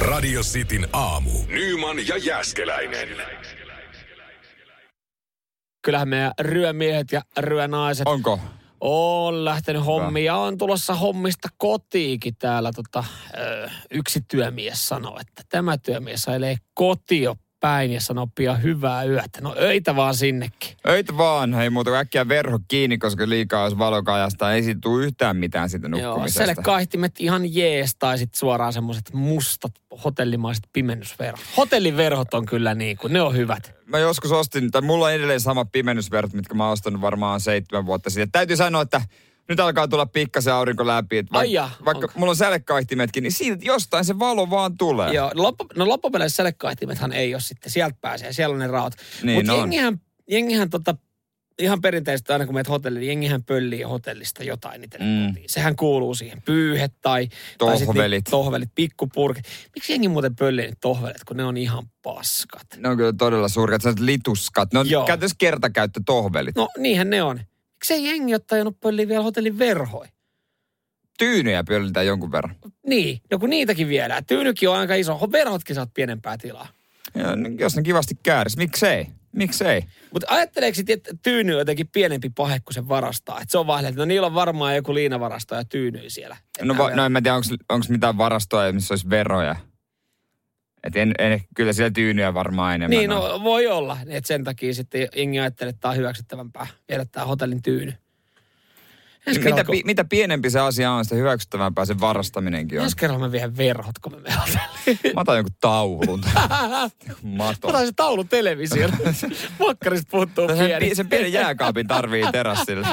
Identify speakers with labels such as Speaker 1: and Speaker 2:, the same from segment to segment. Speaker 1: Radio Cityn aamu. Nyman ja Jäskeläinen.
Speaker 2: Kyllähän meidän ryömiehet ja ryönaiset
Speaker 3: Onko?
Speaker 2: on lähtenyt hommiin ja on tulossa hommista kotiikin täällä. Tota, ö, yksi työmies sanoi, että tämä työmies ailee kotio päin ja sanoo pian hyvää yötä. No öitä vaan sinnekin.
Speaker 3: Öitä vaan, hei muuta kuin äkkiä verho kiinni, koska liikaa jos valokajasta ei siitä tule yhtään mitään siitä
Speaker 2: Joo,
Speaker 3: nukkumisesta.
Speaker 2: siellä kaihtimet ihan jees tai sitten suoraan semmoiset mustat hotellimaiset pimennysverhot. Hotelliverhot on kyllä niin kuin, ne on hyvät.
Speaker 3: Mä joskus ostin, tai mulla on edelleen sama pimennysverhot, mitkä mä oon ostanut varmaan seitsemän vuotta sitten. Täytyy sanoa, että nyt alkaa tulla pikkasen aurinko läpi. Että
Speaker 2: Ai jaa,
Speaker 3: vaikka, vaikka
Speaker 2: onko?
Speaker 3: mulla on sälekkaihtimetkin, niin siitä jostain se valo vaan tulee.
Speaker 2: Joo, loppu, no loppupeleissä selekkaihtimethan ei ole sitten, sieltä pääsee, siellä on ne raot.
Speaker 3: Niin
Speaker 2: Mutta
Speaker 3: on.
Speaker 2: jengihän, jengihän tota, ihan perinteisesti aina kun menet hotelliin, niin jengihän pöllii hotellista jotain niitä
Speaker 3: Mm.
Speaker 2: mm. Sehän kuuluu siihen, pyyhet tai... tai sit
Speaker 3: Tohvelit.
Speaker 2: niitä tohvelit, pikkupurkit. Miksi jengi muuten pöllii niitä tohvelit, kun ne on ihan paskat?
Speaker 3: Ne on kyllä todella surkat, sellaiset lituskat. Ne on
Speaker 2: Joo.
Speaker 3: käytännössä kertakäyttötohvelit.
Speaker 2: No niinhän ne on. Miksei jengi ole tajunnut pölliä vielä hotellin verhoja?
Speaker 3: Tyynyjä pöllitään jonkun verran.
Speaker 2: Niin, no kun niitäkin vielä. Tyynykin on aika iso. Verhotkin saat pienempää tilaa.
Speaker 3: Ja, no, jos ne kivasti kääris, miksei? Miksei?
Speaker 2: Mutta ajatteleeko sit, että tyyny on jotenkin pienempi pahe, kun se varastaa? Että se on vaan, että no niillä on varmaan joku liinavarasto ja tyynyy siellä.
Speaker 3: No,
Speaker 2: Että
Speaker 3: va, no en mä tiedä, onko mitään varastoa, missä olisi veroja. Et en, en, kyllä siellä tyynyä varmaan enemmän
Speaker 2: Niin,
Speaker 3: on.
Speaker 2: no voi olla. Että sen takia sitten jengi ajattelee, että tämä on hyväksyttävämpää viedä tämä hotellin tyyny. Ensi
Speaker 3: mitä,
Speaker 2: kerralla,
Speaker 3: pi,
Speaker 2: kun,
Speaker 3: mitä pienempi se asia on, sitä hyväksyttävämpää se varastaminenkin on.
Speaker 2: ensi kerralla mä vien verhot, kun mä menen hotelliin.
Speaker 3: Mä otan jonkun taulun. Maton.
Speaker 2: Otan se taulu televisioon. Makkarista puuttuu
Speaker 3: Sen,
Speaker 2: pieni.
Speaker 3: pi- sen pienen jääkaapin tarvii terassille.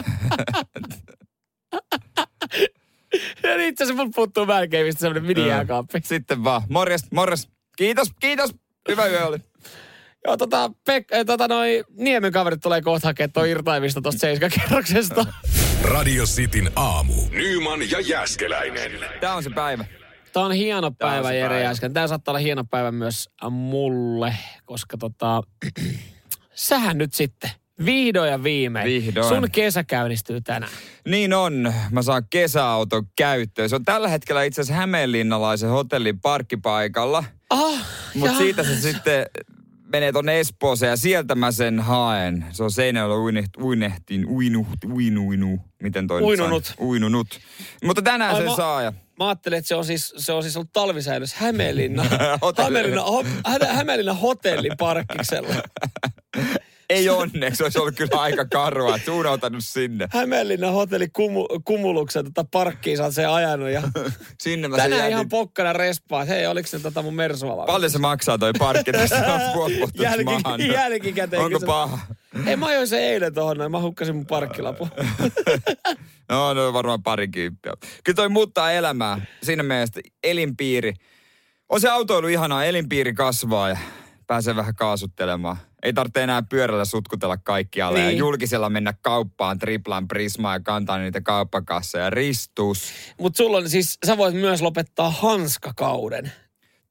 Speaker 2: Ja niin itse asiassa mun puuttuu välkeimistä semmoinen minijääkaappi.
Speaker 3: Sitten vaan. Morjes, morjes. Kiitos, kiitos. Hyvä yö oli.
Speaker 2: Joo, tota, Pek, äh, tota noi, Niemen kaverit tulee kohta hakemaan tuo irtaimista tuosta seiskakerroksesta.
Speaker 1: Radio Cityn aamu. Nyman ja Jäskeläinen.
Speaker 3: Tää on se päivä.
Speaker 2: Tämä on hieno
Speaker 3: Tää on
Speaker 2: päivä,
Speaker 3: se
Speaker 2: Jere
Speaker 3: päivä.
Speaker 2: Jääsken. Tämä saattaa olla hieno päivä myös äh, mulle, koska tota, sähän nyt sitten vihdoin ja viimein.
Speaker 3: Vihdoin.
Speaker 2: Sun kesä käynnistyy tänään.
Speaker 3: Niin on. Mä saan kesäauton käyttöön. Se on tällä hetkellä itse asiassa Hämeenlinnalaisen hotellin parkkipaikalla.
Speaker 2: Ah,
Speaker 3: Mutta siitä se sitten menee tonne Espooseen ja sieltä mä sen haen. Se on seinällä uinehtin, uinehtin, uinuht, uinuinu. Miten toi nyt
Speaker 2: Uinunut.
Speaker 3: sanon? Uinunut. Mutta tänään
Speaker 2: Ai
Speaker 3: sen
Speaker 2: mä-
Speaker 3: saa ja
Speaker 2: Mä ajattelin, että se on siis, se on siis ollut talvisäilys Hämeenlinna,
Speaker 3: Hotelli.
Speaker 2: Hämeenlinna, ho, Hä- Hämeenlinna hotelliparkkiksella.
Speaker 3: ei onneksi, olisi ollut kyllä aika karua, että suunnautanut sinne.
Speaker 2: Hämeenlinnan hotelli kumu, kumuluksen tota parkkiin sä oot sen ajanut ja
Speaker 3: Sinne mä sen
Speaker 2: tänään
Speaker 3: jätin.
Speaker 2: ihan pokkana respaa, että hei oliks se tota mun mersua
Speaker 3: Paljon se maksaa toi parkki tässä vuotta maahan?
Speaker 2: Jälki, jälkikäteen.
Speaker 3: Onko
Speaker 2: kysyn-
Speaker 3: paha?
Speaker 2: Ei mä ajoin sen eilen tohon noin, mä hukkasin mun parkkilapun.
Speaker 3: No, no varmaan pari kymppiä. Kyllä toi muuttaa elämää. Siinä mielessä elinpiiri. On se autoilu ihanaa, elinpiiri kasvaa ja pääsee vähän kaasuttelemaan. Ei tarvitse enää pyörällä sutkutella kaikkialle ja
Speaker 2: Niin.
Speaker 3: julkisella mennä kauppaan, triplaan, prismaan ja kantaa niitä kauppakasseja. Ristus.
Speaker 2: Mut sulla on siis, sä voit myös lopettaa hanskakauden.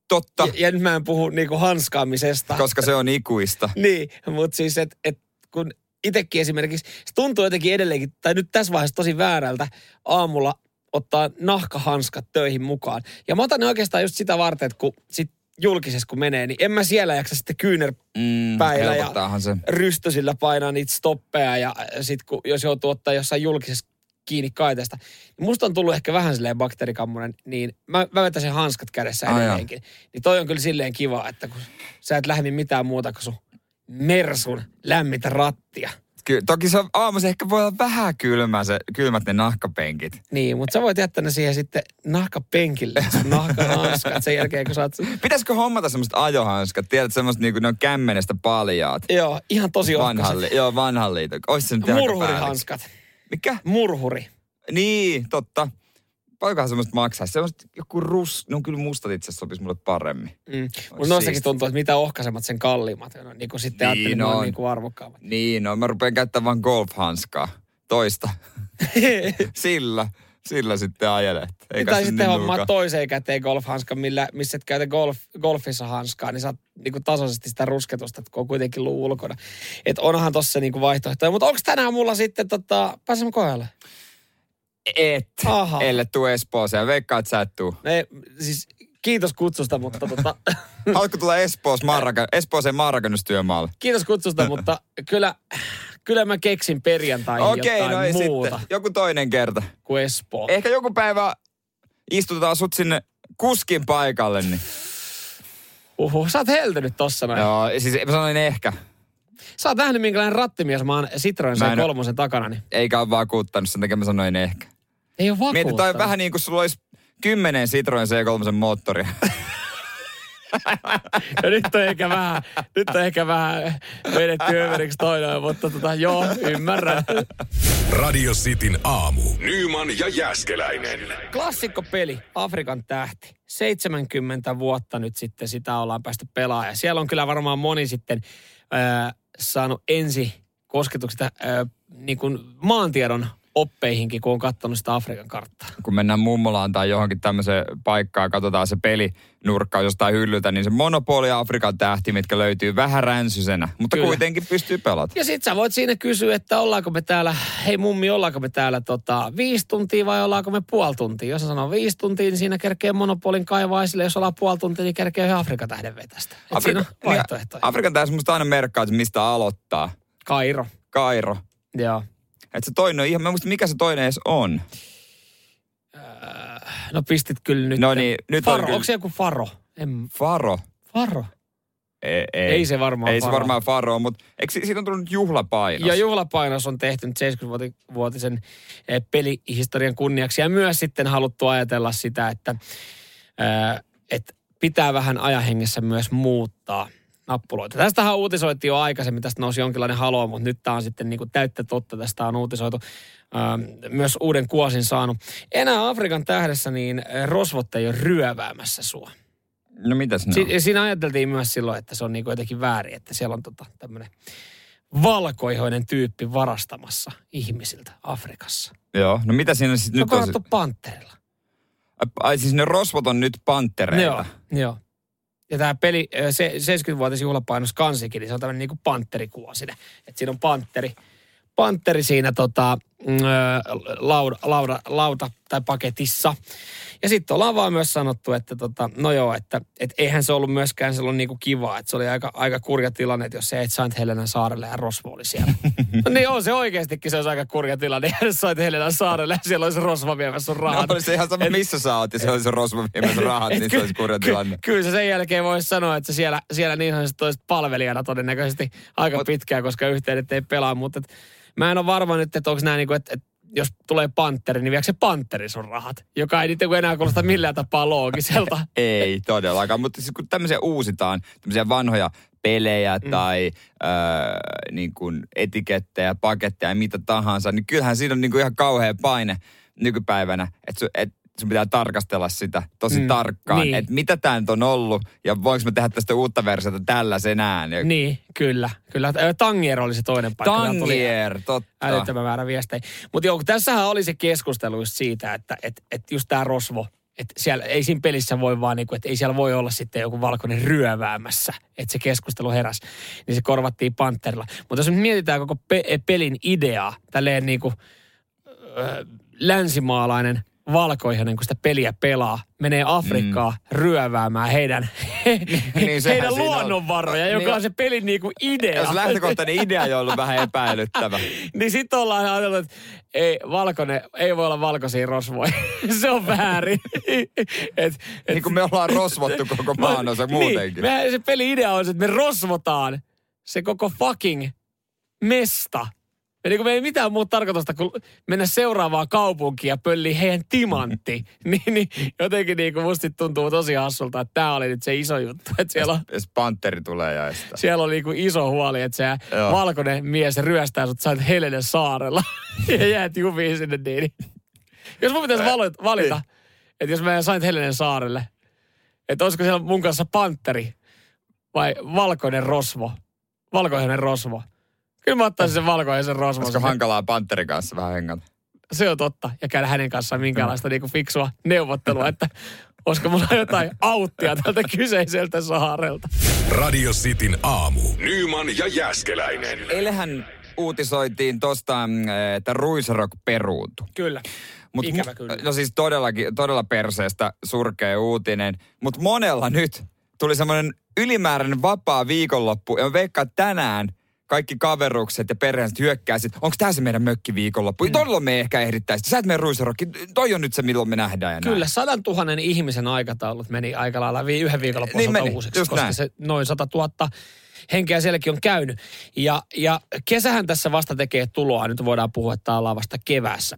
Speaker 3: Totta,
Speaker 2: Ja, ja nyt mä en puhu niinku hanskaamisesta.
Speaker 3: koska se on ikuista.
Speaker 2: Niin, mutta siis, että et, kun itsekin esimerkiksi, se tuntuu jotenkin edelleenkin, tai nyt tässä vaiheessa tosi väärältä aamulla ottaa nahkahanskat töihin mukaan. Ja mä otan ne oikeastaan just sitä varten, että kun sit julkisessa kun menee, niin en mä siellä jaksa sitten kyynärpäillä
Speaker 3: Mm,
Speaker 2: ja
Speaker 3: helpottaahan se.
Speaker 2: rystysillä painaa niitä stoppeja ja sit kun, jos joutuu ottaa jossain julkisessa kiinni kaiteesta. Niin musta on tullut ehkä vähän silleen bakteerikammonen, niin mä, mä vetäisin hanskat kädessä
Speaker 3: Ai
Speaker 2: edelleenkin. Niin toi on kyllä silleen kiva, että kun sä et lähde mitään muuta kuin sun mersun lämmitä rattia.
Speaker 3: Ky- toki se aamuisin ehkä voi olla vähän kylmä se, kylmät ne nahkapenkit.
Speaker 2: Niin, mutta sä voit jättää ne siihen sitten nahkapenkille, sun nahkahanskat sen jälkeen, kun sä oot...
Speaker 3: Pitäisikö hommata semmoiset ajohanskat? Tiedät semmoiset, niinku, ne on kämmenestä paljaat.
Speaker 2: Joo, ihan tosi
Speaker 3: vanhan,
Speaker 2: ohkaiset.
Speaker 3: li- joo, vanhan liiton. Ois se nyt ihan päällikkö.
Speaker 2: Murhurihanskat.
Speaker 3: Mikä?
Speaker 2: Murhuri.
Speaker 3: Niin, totta. Paljonkohan semmoista maksaa? Semmoiset joku rus, no kyllä mustat itse asiassa sopisi mulle paremmin.
Speaker 2: Mm.
Speaker 3: Ois
Speaker 2: Mutta noistakin
Speaker 3: siisti.
Speaker 2: tuntuu, että mitä ohkaisemmat sen kalliimmat. No, niin kuin sitten
Speaker 3: Niin
Speaker 2: ajattelin, että ne on
Speaker 3: on.
Speaker 2: niin kuin arvokkaammat.
Speaker 3: Niin, no mä rupean käyttämään vaan golfhanskaa. Toista. sillä, sillä sitten ajelet. Eikä
Speaker 2: tai
Speaker 3: se
Speaker 2: sitten
Speaker 3: niin
Speaker 2: hommaa
Speaker 3: nuuka.
Speaker 2: toiseen käteen golfhanska, millä, missä et käytä golf, golfissa hanskaa, niin saat niinku tasaisesti sitä rusketusta, kun on kuitenkin luu ulkona. Et onhan tossa niinku vaihtoehtoja. Mutta onko tänään mulla sitten tota, pääsemme kojalle?
Speaker 3: Et,
Speaker 2: Aha.
Speaker 3: elle tuu Espooseen. Veikkaat sä et tuu.
Speaker 2: Ne, siis kiitos kutsusta, mutta tota,
Speaker 3: Haluatko tulla Espoos maanraka- Espooseen maanrakennustyömaalle?
Speaker 2: kiitos kutsusta, mutta kyllä, kyllä mä keksin perjantaihin
Speaker 3: Okei,
Speaker 2: jotain
Speaker 3: no ei
Speaker 2: muuta
Speaker 3: sitten. Joku toinen kerta.
Speaker 2: kuin Espoo.
Speaker 3: Ehkä joku päivä istutetaan sut sinne kuskin paikalle. Niin.
Speaker 2: Uhu, Uhuh, sä oot heltynyt tossa näin.
Speaker 3: Joo, siis mä sanoin ehkä.
Speaker 2: Sä oot nähnyt minkälainen rattimies mä oon Citroen
Speaker 3: Mä en oo-
Speaker 2: kolmosen takana, niin
Speaker 3: Eikä ole vakuuttanut, sen takia mä sanoin ehkä.
Speaker 2: ei ole
Speaker 3: Mieti, toi on
Speaker 2: vakuuttanut.
Speaker 3: vähän niin kuin sulla olisi kymmenen Citroen C3 moottoria.
Speaker 2: Ja nyt on ehkä vähän, nyt on ehkä vähän vedetty överiksi toinen, mutta tota, joo, ymmärrän.
Speaker 1: Radio Cityn aamu. Nyman ja Jäskeläinen.
Speaker 2: Klassikko peli, Afrikan tähti. 70 vuotta nyt sitten sitä ollaan päästy pelaamaan. Ja Siellä on kyllä varmaan moni sitten äh, saanut ensi kosketuksesta äh, niin kuin maantiedon oppeihinkin, kun on katsonut sitä Afrikan karttaa.
Speaker 3: kun mennään mummolaan tai johonkin tämmöiseen paikkaan, katsotaan se peli nurkkaa jostain hyllyltä, niin se monopoli Afrikan tähti, mitkä löytyy vähän ränsysenä, mutta
Speaker 2: Kyllä.
Speaker 3: Kyllä. kuitenkin pystyy pelata.
Speaker 2: Ja sit sä voit siinä kysyä, että ollaanko me täällä, hei mummi, ollaanko me täällä tota, viisi tuntia vai ollaanko me puoli tuntia? Jos sä sanoo viisi tuntia, niin siinä kerkee monopolin kaivaa esille. Jos ollaan puoli tuntia, niin kerkee yhden Afrikan tähden vetästä. Et siinä on
Speaker 3: niin,
Speaker 2: vaihtoehtoja.
Speaker 3: Afrikan tähti musta aina merkkaa, että mistä aloittaa.
Speaker 2: Kairo.
Speaker 3: Kairo.
Speaker 2: Joo.
Speaker 3: Että se toinen on ihan, mä en muista mikä se toinen edes on.
Speaker 2: No pistit kyllä nyt.
Speaker 3: No niin, nyt
Speaker 2: faro,
Speaker 3: on kyllä.
Speaker 2: onko se joku faro? En,
Speaker 3: Faro.
Speaker 2: faro?
Speaker 3: Ei, ei.
Speaker 2: Ei se varmaan
Speaker 3: Ei se
Speaker 2: faro.
Speaker 3: varmaan faro, mutta eikö si- siitä on tullut juhlapainos?
Speaker 2: Ja juhlapainos on tehty nyt 70-vuotisen eh, pelihistorian kunniaksi. Ja myös sitten haluttu ajatella sitä, että, eh, että pitää vähän ajahengessä myös muuttaa nappuloita. Tästähän uutisoitiin jo aikaisemmin, tästä nousi jonkinlainen halo, mutta nyt tämä on sitten niin täyttä totta, tästä on uutisoitu. eh, Myös uuden kuosin saanut. Enää Afrikan tähdessä niin eh, rosvot ei ole ryöväämässä sua.
Speaker 3: No mitäs ne
Speaker 2: Si-
Speaker 3: on?
Speaker 2: ja siinä ajateltiin myös silloin, että se on niinku jotenkin väärin, että siellä on tota tämmöinen valkoihoinen tyyppi varastamassa ihmisiltä Afrikassa.
Speaker 3: Joo, no mitä siinä siis
Speaker 2: Se on
Speaker 3: nyt on?
Speaker 2: korvattu panterilla.
Speaker 3: Ai siis ne rosvot on nyt panttereita.
Speaker 2: Joo, joo. Ja tämä peli, ö, se, 70-vuotias juhlapainos kansikin, niin se on tämmöinen niinku pantterikuosinen. Että siinä on panteri, panteri siinä tota, mm, ö, lauda, lauda, lauta tai paketissa. Ja sitten ollaan vaan myös sanottu, että tota, no joo, että et eihän se ollut myöskään silloin niinku kivaa. Että se oli aika, aika kurja tilanne, että jos sä et Saint Helenan saarelle ja Rosvo oli siellä. no niin on se oikeastikin, se olisi aika kurja tilanne, jos Saint Helenan saarelle ja siellä olisi Rosva viemässä sun
Speaker 3: No
Speaker 2: rahat.
Speaker 3: oli se ihan sama, missä sä oot, ja se oli se rosvo viemässä rahat,
Speaker 2: Et
Speaker 3: niin se
Speaker 2: ky-
Speaker 3: olisi kurja
Speaker 2: ky-
Speaker 3: tilanne.
Speaker 2: Kyllä se sen jälkeen voisi sanoa, että siellä, siellä niin sanotusti toiset palvelijana todennäköisesti aika
Speaker 3: Mut-
Speaker 2: pitkään, koska yhteydet ei pelaa, mutta et, mä en ole varma nyt, että onko nämä niinku, että et, jos tulee panteri, niin viekö se panteri sun rahat, joka ei niitä enää kuulosta millään tapaa loogiselta.
Speaker 3: Ei todellakaan, mutta siis kun tämmöisiä uusitaan, tämmöisiä vanhoja pelejä mm. tai öö, niin kuin etikettejä, paketteja ja mitä tahansa, niin kyllähän siinä on niin kuin ihan kauhea paine nykypäivänä, että sun, et, sun pitää tarkastella sitä tosi
Speaker 2: Mm,
Speaker 3: mm. tarkkaan,
Speaker 2: niin.
Speaker 3: niin. että mitä tämä nyt on ollut ja voinko mä tehdä tästä uutta versiota tällaisenään. Ja
Speaker 2: Niin, kyllä. kyllä. Ö, Tangier oli se toinen paikka. Tää tuli
Speaker 3: Tangier, totta.
Speaker 2: Älyttömän määrä viestejä. Mutta joo, kun tässähän oli se keskustelu just siitä, että et, et just tämä rosvo, että siellä ei siinä pelissä voi vaan, niinku, että ei siellä voi olla sitten joku valkoinen ryöväämässä, että se keskustelu heräs, niin se korvattiin panterilla. Mutta jos nyt mietitään koko pe- e, pelin ideaa, tälleen niin kuin länsimaalainen valkoihoinen, kun sitä peliä pelaa, menee Afrikkaan mm. ryöväämään heidän,
Speaker 3: niin sehän
Speaker 2: heidän
Speaker 3: siinä on.
Speaker 2: luonnonvaroja, joka
Speaker 3: Niin-
Speaker 2: on se pelin niinku idea.
Speaker 3: Jos lähtökohtainen idea on ollut vähän epäilyttävä.
Speaker 2: Niin sit ollaan ajateltu, että ei, valkoinen, ei voi olla valkoisia rosvoja. se on väärin. et, et,
Speaker 3: Niin kuin me ollaan rosvottu koko maanosa muutenkin.
Speaker 2: Niin, mehän se peli-idea on se, että me rosvotaan se koko fucking mesta. Ja niin kuin me ei mitään muuta tarkoitusta kuin mennä seuraavaan kaupunkiin ja pölli heidän timantti. niin, niin, jotenkin niin kuin musta tuntuu tosi hassulta, että tämä oli nyt se iso juttu. Että siellä on,
Speaker 3: Jos panteri tulee ja estää.
Speaker 2: siellä oli niinku iso huoli, että se
Speaker 3: Joo.
Speaker 2: valkoinen mies ryöstää sut, sä oot Helenen saarella ja jäät jumiin sinne niin. niin. Jos mun pitäisi valo- valita,
Speaker 3: niin.
Speaker 2: että jos mä en sain Helenen saarelle, että olisiko siellä mun kanssa panteri vai valkoinen rosvo, valkoinen rosvo. Kyllä mä ottaisin sen valkoisen rosvon.
Speaker 3: Olisiko hankalaa panterin kanssa vähän hengata?
Speaker 2: Se on totta. Ja käydä hänen kanssaan minkäänlaista niinku fiksua neuvottelua, että olisiko mulla jotain auttia tältä kyseiseltä saarelta.
Speaker 1: Radio Cityn aamu. Nyman ja Jäskeläinen.
Speaker 3: Eilähän uutisoitiin tosta, mm, että Ruisrock peruuntui.
Speaker 2: Kyllä.
Speaker 3: Mut
Speaker 2: Ikävä
Speaker 3: mu-
Speaker 2: kyllä.
Speaker 3: No siis todellakin, todella perseestä surkea uutinen. Mutta monella nyt tuli semmoinen ylimääräinen vapaa viikonloppu. Ja mä veikkaan että tänään kaikki kaverukset ja perheiset hyökkäisit. Onko tämä se meidän mökki viikonloppu? Mm. Todella me ehkä ehdittäisiin. Sä et mene ruisarokki. Toi on nyt se, milloin me nähdään ja näin.
Speaker 2: Kyllä, sadan tuhannen ihmisen aikataulut meni aika lailla vi- yhden viikonlopun
Speaker 3: Niin
Speaker 2: niin
Speaker 3: meni,
Speaker 2: uusiksi,
Speaker 3: just
Speaker 2: koska
Speaker 3: näin.
Speaker 2: se noin 100 000 henkeä sielläkin on käynyt. Ja, ja kesähän tässä vasta tekee tuloa, nyt voidaan puhua, että ollaan vasta keväässä.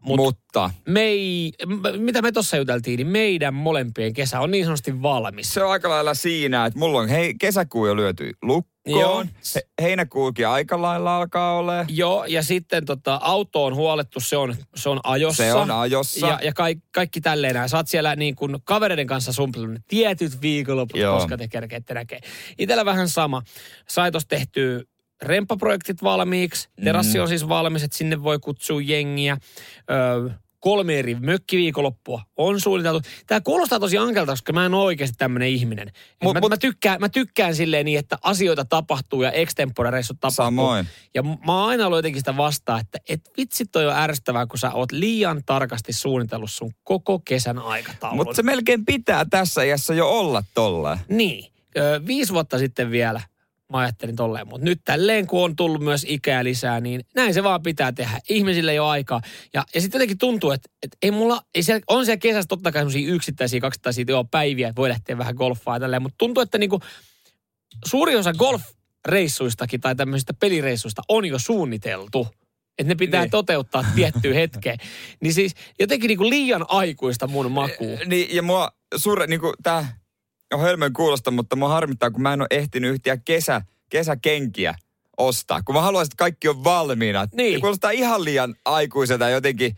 Speaker 2: Mut-
Speaker 3: Mutta
Speaker 2: Me ei, m- mitä me tuossa juteltiin, niin meidän molempien kesä on niin sanotusti valmis.
Speaker 3: se on aika lailla siinä, että mulla on hei, kesäkuu jo lyöty
Speaker 2: Joo.
Speaker 3: lukkoon. He, heinäkuukin aika lailla alkaa olemaan.
Speaker 2: Joo, ja sitten tota, auto on huolettu, se on, se on ajossa.
Speaker 3: Se on ajossa.
Speaker 2: Ja, ja kaikki, kaikki tälleen näin. Sä oot siellä niin kuin kavereiden kanssa sumplilut ne tietyt viikonloput,
Speaker 3: Joo.
Speaker 2: koska te kerkeette näkee. Itellä vähän sama. Saitos tehty remppaprojektit valmiiksi.
Speaker 3: Mm.
Speaker 2: Terassi on siis valmis, että sinne voi kutsua jengiä. Öö, kolme eri mökkiviikonloppua on suunniteltu. Tämä kuulostaa tosi ankelta, koska mä en ole oikeasti tämmöinen ihminen. Mut,
Speaker 3: Mut-
Speaker 2: mä,
Speaker 3: mut-
Speaker 2: mä, tykkään, mä tykkään silleen niin, että asioita tapahtuu ja extemporareissut tapahtuu.
Speaker 3: Samoin.
Speaker 2: Ja m- mä oon aina ollut jotenkin sitä vastaan, että et vitsi toi on ärsyttävää, kun sä oot liian tarkasti suunnitellut sun koko kesän aikataulun.
Speaker 3: Mutta se melkein pitää tässä iässä jo olla tolla.
Speaker 2: Niin, öö, viisi vuotta sitten vielä mä ajattelin tolleen, mutta nyt tälleen kun on tullut myös ikää lisää, niin näin se vaan pitää tehdä. Ihmisille ei ole aikaa. Ja, ja sitten jotenkin tuntuu, että, että ei mulla, ei siellä, on siellä kesässä totta kai sellaisia yksittäisiä, kaksittaisia joo, päiviä, että voi lähteä vähän golfaa ja tälleen, mutta tuntuu, että niinku, suuri osa golfreissuistakin tai tämmöisistä pelireissuista on jo suunniteltu. Että ne pitää
Speaker 3: Niin.
Speaker 2: niin. toteuttaa tiettyyn hetkeen. Niin siis jotenkin niinku liian aikuista mun makuun.
Speaker 3: Niin, ja mua suure, niin kuin tää on hölmön kuulosta, mutta mua harmittaa, kun mä en ole ehtinyt yhtiä kesä, kesäkenkiä ostaa. Kun mä haluaisin, että kaikki on valmiina.
Speaker 2: Niin. No,
Speaker 3: Ja Kuulostaa ihan liian aikuiselta jotenkin.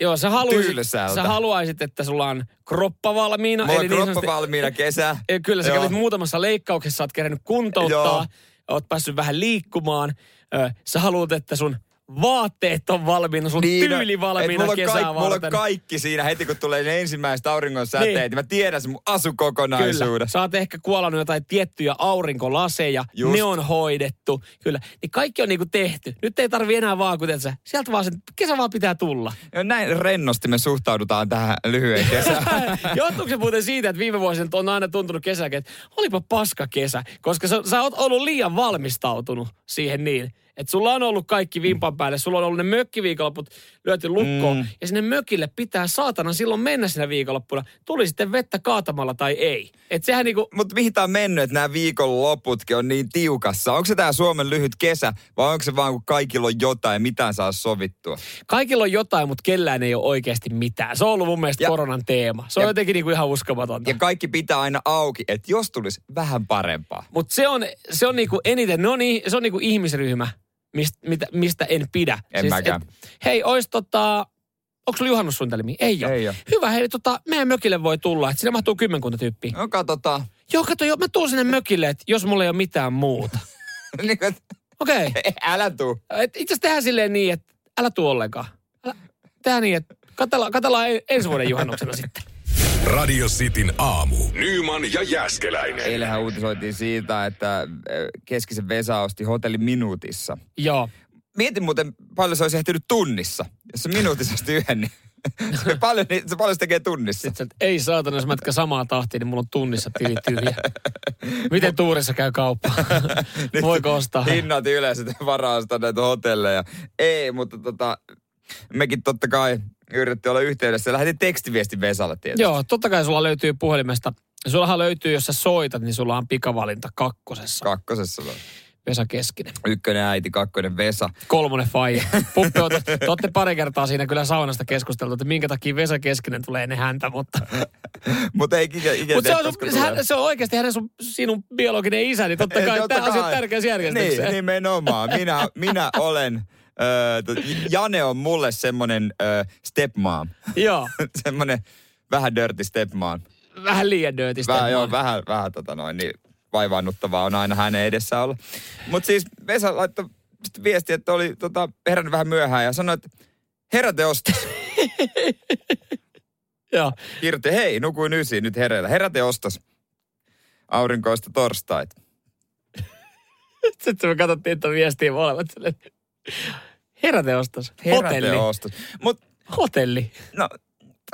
Speaker 2: Joo, sä haluaisit,
Speaker 3: Tylsältä.
Speaker 2: sä haluaisit, että sulla on kroppa valmiina.
Speaker 3: Mulla on
Speaker 2: niin
Speaker 3: kroppa
Speaker 2: sanotusti-
Speaker 3: valmiina kesä.
Speaker 2: Eh, Kyllä, sä
Speaker 3: Joo.
Speaker 2: kävit muutamassa leikkauksessa, sä oot kerännyt kuntouttaa, oot päässyt vähän liikkumaan. Ö, Sä haluat, että sun vaatteet on valmiina, sun
Speaker 3: no,
Speaker 2: tyyli
Speaker 3: et
Speaker 2: valmiina
Speaker 3: mulla on
Speaker 2: kesää
Speaker 3: kaikki, mulla on
Speaker 2: varten.
Speaker 3: kaikki siinä heti, kun tulee ne ensimmäiset auringon säteet.
Speaker 2: Niin.
Speaker 3: Niin. Mä tiedän sen mun
Speaker 2: Kyllä,
Speaker 3: asukokonaisuudessa.
Speaker 2: sä oot ehkä kuolannut jotain tiettyjä aurinkolaseja,
Speaker 3: Just.
Speaker 2: ne on hoidettu, kyllä. Niin kaikki on niinku tehty. Nyt ei tarvi enää vaan, kuten sä, sieltä vaan sen, kesä vaan pitää tulla.
Speaker 3: Ja Näin rennosti me suhtaudutaan tähän lyhyen kesään.
Speaker 2: Johtuuko se muuten siitä, että viime vuosina on aina tuntunut kesäkin, että olipa paska kesä, koska sä, sä oot ollut liian valmistautunut siihen niin, että sulla on ollut kaikki vimpan päälle, sulla on ollut ne mökkiviikonloput lyöty lukkoon, mm. ja sinne mökille pitää saatana silloin mennä sinä viikonloppuna, tuli sitten vettä kaatamalla tai ei. Että sehän niinku,
Speaker 3: Mutta mihin tää on mennyt, että nämä viikonloputkin on niin tiukassa? Onko se tää Suomen lyhyt kesä vai onko se vaan, kun kaikilla on jotain ja mitään saa sovittua?
Speaker 2: kaikilla on jotain, mutta kellään ei ole oikeasti mitään. Se on ollut mun mielestä ja,
Speaker 3: Ja-
Speaker 2: koronan teema. Se on
Speaker 3: ja-
Speaker 2: jotenkin niinku ihan uskomatonta.
Speaker 3: Ja kaikki pitää aina auki, että jos tulisi vähän parempaa.
Speaker 2: Mutta se on, se on niinku eniten, no niin, se on niinku ihmisryhmä, mistä, mitä, mistä en pidä. Siis,
Speaker 3: En mäkään.
Speaker 2: hei, ois tota, onko sulla juhannussuunnitelmia? Ei ole.
Speaker 3: Ei oo.
Speaker 2: Hyvä, hei, tota, meidän mökille voi tulla, että sinne mahtuu kymmenkunta tyyppiä.
Speaker 3: No katsotaan.
Speaker 2: Joo, kato, joo, mä tuun sinne mökille, että jos mulla ei ole mitään muuta.
Speaker 3: Niin kuin, et,
Speaker 2: Okei.
Speaker 3: Älä tuu.
Speaker 2: Et Itse asiassa tehdään silleen niin, että älä tuu ollenkaan. Älä, tehdään niin, että katsellaan, katsellaan en- ensi vuoden juhannuksena sitten.
Speaker 1: Radio Cityn aamu. Nyman ja Jäskeläinen.
Speaker 3: Eilähän uutisoitiin siitä, että eh, keskisen Vesa osti hotelli minuutissa.
Speaker 2: Joo.
Speaker 3: Mietin muuten, paljon se olisi ehtinyt tunnissa. Jos se minuutissa osti yhden, niin se paljon, niin se paljon se tekee tunnissa.
Speaker 2: Sitten sieltä, ei saatana, jos mä jatkan samaa tahtia, niin mulla on tunnissa tili tyhjä. Miten tuurissa käy kauppa?
Speaker 3: Nyt
Speaker 2: Voiko ostaa?
Speaker 3: Hinnat yleensä varasta näitä hotelleja. Ei, mutta tota, mekin totta kai yritti olla yhteydessä. Lähetin tekstiviesti Vesalle tietysti.
Speaker 2: Joo, totta kai sulla löytyy puhelimesta. Sullahan löytyy, jos sä soitat, niin sulla on pikavalinta kakkosessa.
Speaker 3: Kakkosessa se on.
Speaker 2: Vesa Keskinen.
Speaker 3: Ykkönen äiti, kakkonen Vesa.
Speaker 2: Kolmonen faija. Puppe, oot- te olette pari kertaa siinä kyllä saunasta keskusteltu, että minkä takia Vesa Keskinen tulee ennen häntä, mutta...
Speaker 3: Mutta ei ikinä, ikinä
Speaker 2: Mutta se, on,
Speaker 3: tehtäisi, kun
Speaker 2: sun-
Speaker 3: tulee.
Speaker 2: hän, se on oikeasti hänen sun, sinun biologinen isä, niin totta
Speaker 3: Ei,
Speaker 2: kai tämä asia on tärkeässä järjestyksessä.
Speaker 3: Niin, nimenomaan. Minä, minä olen... Öö, to- Jane on mulle semmonen öö, stepmom.
Speaker 2: Joo,
Speaker 3: semmonen vähän dirty stepmom.
Speaker 2: vähän liian nöötistä.
Speaker 3: Vähän, joo, vähän, vähän tota noin, niin vaivaannuttavaa on aina hänen edessä olla. Mutta siis Vesa laittoi sitten viesti, että oli tota, herännyt vähän myöhään ja sanoi, että heräteosto.
Speaker 2: Joo.
Speaker 3: Kirjoitti, hei, nukuin ysiin nyt hereillä. Heräteostos. Aurinkoista torstait.
Speaker 2: Sitten me katsottiin, että viestiä molemmat silleen, että heräteostos, hotelli.
Speaker 3: Heräteostos. Mutta
Speaker 2: Hotelli.
Speaker 3: No,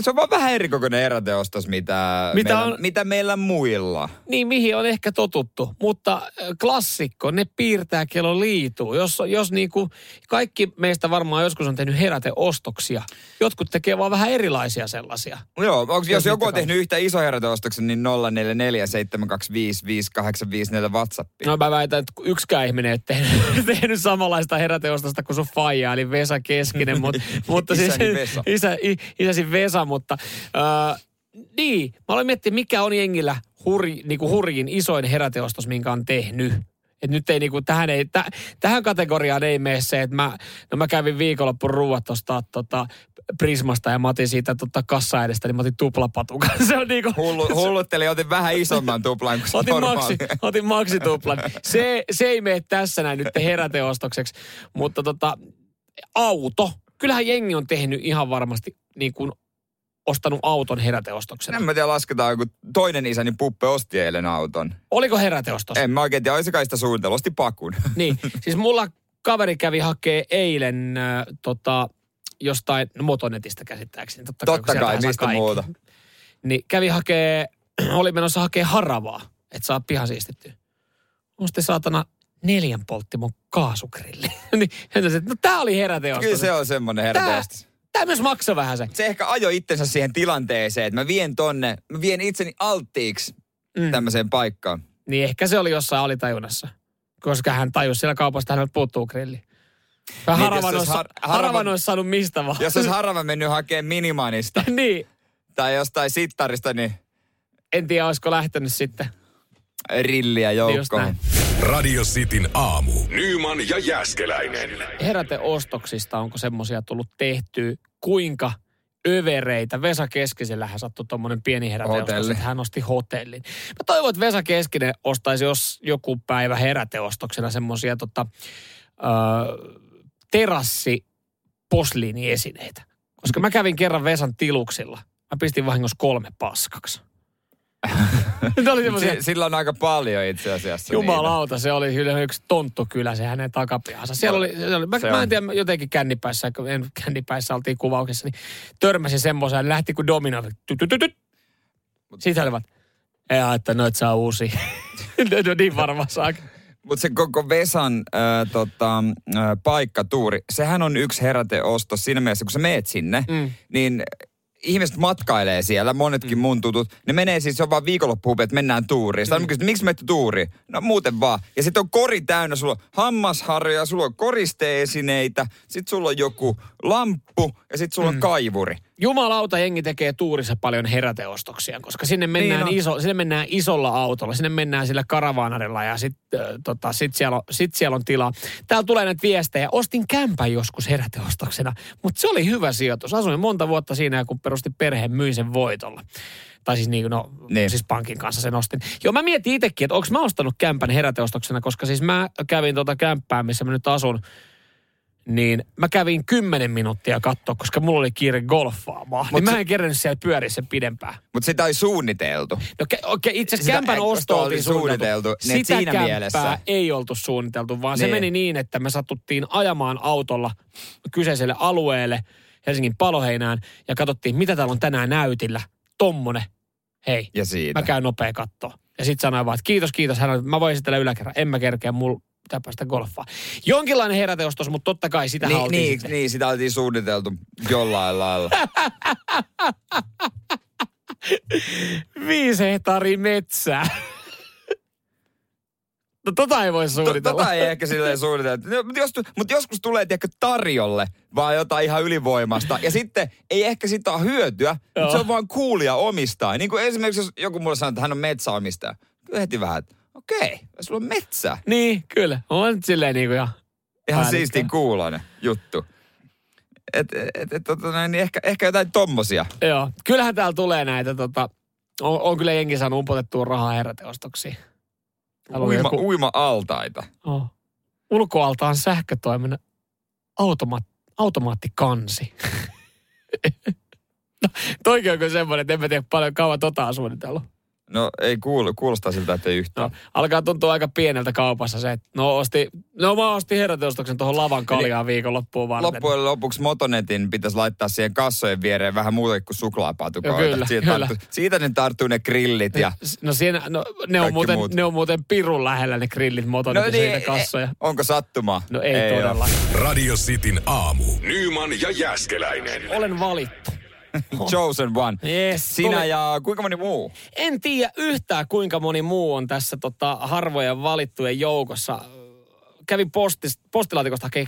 Speaker 3: se on vaan vähän erikokoinen eräteostos, mitä,
Speaker 2: Mitä
Speaker 3: mitä, meillä,
Speaker 2: on-
Speaker 3: on... mitä meillä muilla.
Speaker 2: Niin, mihin on ehkä totuttu. Mutta äh, klassikko, ne piirtää kello liituu. Jos, jos niin kuin, kaikki meistä varmaan joskus on tehnyt heräteostoksia. Jotkut tekee vaan vähän erilaisia sellaisia.
Speaker 3: No Joo, onks, jos
Speaker 2: Jos
Speaker 3: joku on
Speaker 2: mittakaavat.
Speaker 3: tehnyt yhtä iso heräteostoksen, niin 0447255854 WhatsAppiin.
Speaker 2: No mä väitän, että yksikään ihminen ei ole tehnyt, tehnyt samanlaista heräteostosta kuin sun faija, eli Vesa Keskinen. Mut, mutta siis,
Speaker 3: Isäni Vesa.
Speaker 2: Isä, i, isäsi Vesa, mutta äh, niin, mä olen miettinyt, mikä on jengillä hurj, niinku hurjin isoin heräteostos, minkä on tehnyt. Et nyt ei niinku, tähän, ei, täh, tähän kategoriaan ei mene se, että mä, no mä kävin viikonloppun ruuat ostaa tota Prismasta ja mä otin siitä tota kassa edestä, niin mä otin tuplapatukan. Se on niinku,
Speaker 3: Hullu, hulluttelin, otin vähän isomman tuplan kuin se
Speaker 2: Otin,
Speaker 3: normaali.
Speaker 2: maksi, otin maksituplan. Se, se ei mene tässä näin nyt heräteostokseksi, mutta tota, auto. Kyllähän jengi on tehnyt ihan varmasti niin kuin ostanut auton heräteostoksena.
Speaker 3: En mä tiedä, lasketaan, kun toinen isäni Puppe osti eilen auton.
Speaker 2: Oliko heräteostos?
Speaker 3: En mä oikein tiedä, olisi kai sitä suunnitellut, osti pakun.
Speaker 2: Niin, siis mulla kaveri kävi hakee eilen äh, tota, jostain no, motonetistä käsittääkseni. Totta,
Speaker 3: Totta
Speaker 2: kun
Speaker 3: kai,
Speaker 2: sieltähän saa
Speaker 3: mistä
Speaker 2: kaiken.
Speaker 3: muuta.
Speaker 2: Niin kävi hakee, oli menossa hakee haravaa, että saa piha siistittyä. On sitten saatana neljän polttimon kaasugrilli. niin, hän sanoi, että no tää oli heräteosto.
Speaker 3: Kyllä se on semmoinen
Speaker 2: Tää,
Speaker 3: heräteostos.
Speaker 2: tää myös maksoi vähän se.
Speaker 3: se ehkä ajoi itsensä siihen tilanteeseen, että mä vien tonne, mä vien itseni alttiiksi
Speaker 2: Mm.
Speaker 3: mm. tämmöiseen paikkaan.
Speaker 2: Niin ehkä se oli jossain alitajunnassa. Koska hän tajusi siellä kaupasta, hänellä puuttuu grilli. Vähän
Speaker 3: Niin,
Speaker 2: niin, haravan,
Speaker 3: jos olisi
Speaker 2: olisi,
Speaker 3: har-
Speaker 2: haravan,
Speaker 3: haravan-
Speaker 2: olisi saanut mistä vaan.
Speaker 3: Jos olisi harva mennyt hakemaan minimanista
Speaker 2: niin,
Speaker 3: tai jostain sittarista, niin
Speaker 2: en tiedä olisiko lähtenyt sitten.
Speaker 3: rilliä
Speaker 2: Niin just
Speaker 3: joukkoon.
Speaker 2: näin.
Speaker 1: Radio Cityn aamu. Nyman ja Jäskeläinen.
Speaker 2: heräteostoksista, onko semmoisia tullut tehtyä, kuinka övereitä. Vesa Keskisellähän sattui tuommoinen pieni heräteostos,
Speaker 3: Hotelli.
Speaker 2: että hän osti hotellin. Mä toivon, että Vesa Keskinen ostaisi jos joku päivä heräteostoksena semmoisia tota, ö, terassi posliiniesineitä. Koska mä kävin kerran Vesan tiluksilla. Mä pistin vahingossa kolme paskaksi. Tämä oli semmoisia,
Speaker 3: S- sillä on aika paljon itse asiassa. niitä.
Speaker 2: Niin. Jumalauta, se oli kyllä yksi tonttukylä se hänen takapihansa. Siellä oli, se oli mä,
Speaker 3: Se
Speaker 2: mä en
Speaker 3: on.
Speaker 2: tiedä, jotenkin kännipäissä, kun en, kännipäissä oltiin kuvauksessa, niin törmäsin semmoisen, lähti kuin domino. Tyt, tyt, tyt, tyt. Siitä olivat, ei haittaa, noit saa uusi. no niin varmaan saa.
Speaker 3: Mutta se koko Vesan äh, tota, äh, paikkatuuri, sehän on yksi heräteostos siinä mielessä, kun sä meet sinne,
Speaker 2: Mm.
Speaker 3: mm. niin ihmiset matkailee siellä, monetkin mm. mun tutut. Ne menee siis, se on vaan viikonloppuhupi, että mennään tuuriin. Sitä mm. kysyt, miksi menette tuuriin? No muuten vaan. Ja sitten on kori täynnä, sulla on hammasharjoja, sulla on koristeesineitä, sitten sulla on joku lamppu ja sitten sulla mm. on kaivuri.
Speaker 2: Jumalauta, jengi tekee tuurissa paljon heräteostoksia, koska sinne mennään,
Speaker 3: Niin on.
Speaker 2: iso, sinne mennään isolla autolla, sinne mennään sillä karavaanarilla ja sitten äh, tota, sit siellä, on, sit siellä on tilaa. Täällä tulee näitä viestejä. Ostin kämpän joskus heräteostoksena, mutta se oli hyvä sijoitus. Asuin monta vuotta siinä, ja kun perusti perheen, myin sen voitolla. Tai siis, niin, no, niin.
Speaker 3: Niin.
Speaker 2: siis pankin kanssa sen ostin. Joo, mä mietin itsekin, että onko mä ostanut kämpän heräteostoksena, koska siis mä kävin tuota kämppää, missä mä nyt asun, niin mä kävin 10 minuuttia katsoa, koska mulla oli kiire golfaamaan. Mut niin
Speaker 3: Mut
Speaker 2: mä
Speaker 3: se-
Speaker 2: en kerännyt siellä pyörissä pidempään.
Speaker 3: Mutta sitä ei suunniteltu.
Speaker 2: No kä- okei, itse asiassa
Speaker 3: Sitä
Speaker 2: kämpän
Speaker 3: ei-
Speaker 2: osto
Speaker 3: ostoa
Speaker 2: oltiin
Speaker 3: oli
Speaker 2: suunniteltu.
Speaker 3: suunniteltu, niin et
Speaker 2: Sitä
Speaker 3: siinä
Speaker 2: kämppää
Speaker 3: mielessä.
Speaker 2: ei oltu suunniteltu, vaan se
Speaker 3: Niin.
Speaker 2: meni niin, että me satuttiin ajamaan autolla kyseiselle alueelle, Helsingin paloheinään, ja katsottiin, mitä täällä on tänään näytillä. Tommonen. Hei,
Speaker 3: Ja siitä.
Speaker 2: mä käyn nopea kattoo. Ja sit sanoin vaan, että kiitos, kiitos. Hän on, mä voin esitellä yläkerran. En mä kerkeä, mulla pitää päästä golfaan. Jonkinlainen heräteostos, mutta totta kai sitä
Speaker 3: Niin,
Speaker 2: niin,
Speaker 3: niin,
Speaker 2: sitten.
Speaker 3: niin, sitä oltiin suunniteltu jollain lailla. niin.
Speaker 2: Viisi hehtaaria metsää. No tota ei voi
Speaker 3: To-
Speaker 2: suunnitella.
Speaker 3: Tota ei ehkä silleen suunnitella. No, mutta, jos, mutta joskus tulee tiedätkö, tarjolle vaan jotain ihan ylivoimasta. Ja sitten ei ehkä sitä ole hyötyä,
Speaker 2: Joo.
Speaker 3: mutta se on vaan kuulia omistaa. Niin kuin esimerkiksi jos joku mulle sanoo, että hän on metsäomistaja. Kyllä heti vähän, että okei, okay, sulla on metsä.
Speaker 2: Niin, kyllä. On nyt silleen niin kuin ihan.
Speaker 3: Ihan
Speaker 2: Päällikkö.
Speaker 3: siisti kuulonen juttu. Et, et, et, tota, noin, niin ehkä, ehkä jotain tommosia.
Speaker 2: Joo. Kyllähän täällä tulee näitä tota, on, on kyllä jengi saanut umpotettua rahaa heräteostoksiin. Täällä oli
Speaker 3: Uima,
Speaker 2: joku-
Speaker 3: uima-altaita.
Speaker 2: Oh. Ulkoaltaan sähkötoiminnan automa- automaattikansi. no, toikin onko semmoinen, että en mä tiedä paljon kauan tota on suunnitellut.
Speaker 3: No ei kuulu, kuulostaa siltä, että ei yhtään.
Speaker 2: No, alkaa tuntua aika pieneltä kaupassa se, että no, osti, no mä ostin herrateostoksen tuohon lavan kaljaan viikonloppuun varten.
Speaker 3: Loppujen lopuksi Motonetin pitäisi laittaa siihen kassojen viereen vähän muuta kuin suklaapatukoita.
Speaker 2: Joo, kyllä,
Speaker 3: siitä,
Speaker 2: kyllä.
Speaker 3: Tarttuu, siitä ne tarttuu ne grillit ja...
Speaker 2: No, siinä, no ne, on
Speaker 3: Kaikki
Speaker 2: muuten,
Speaker 3: muut.
Speaker 2: ne on muuten pirun lähellä ne grillit motonit no, niin, kassoja.
Speaker 3: e- onko sattumaa?
Speaker 2: No ei, ei todella.
Speaker 1: Radio Cityn aamu. Nyman ja Jäskeläinen.
Speaker 2: Olen valittu.
Speaker 3: ole. Chosen one.
Speaker 2: Yes,
Speaker 3: Sinä
Speaker 2: Niin. tuli.
Speaker 3: ja kuinka moni muu?
Speaker 2: En tiedä yhtään, kuinka moni muu on tässä tota, harvojen valittujen joukossa. Kävin postis, postilaatikosta hakee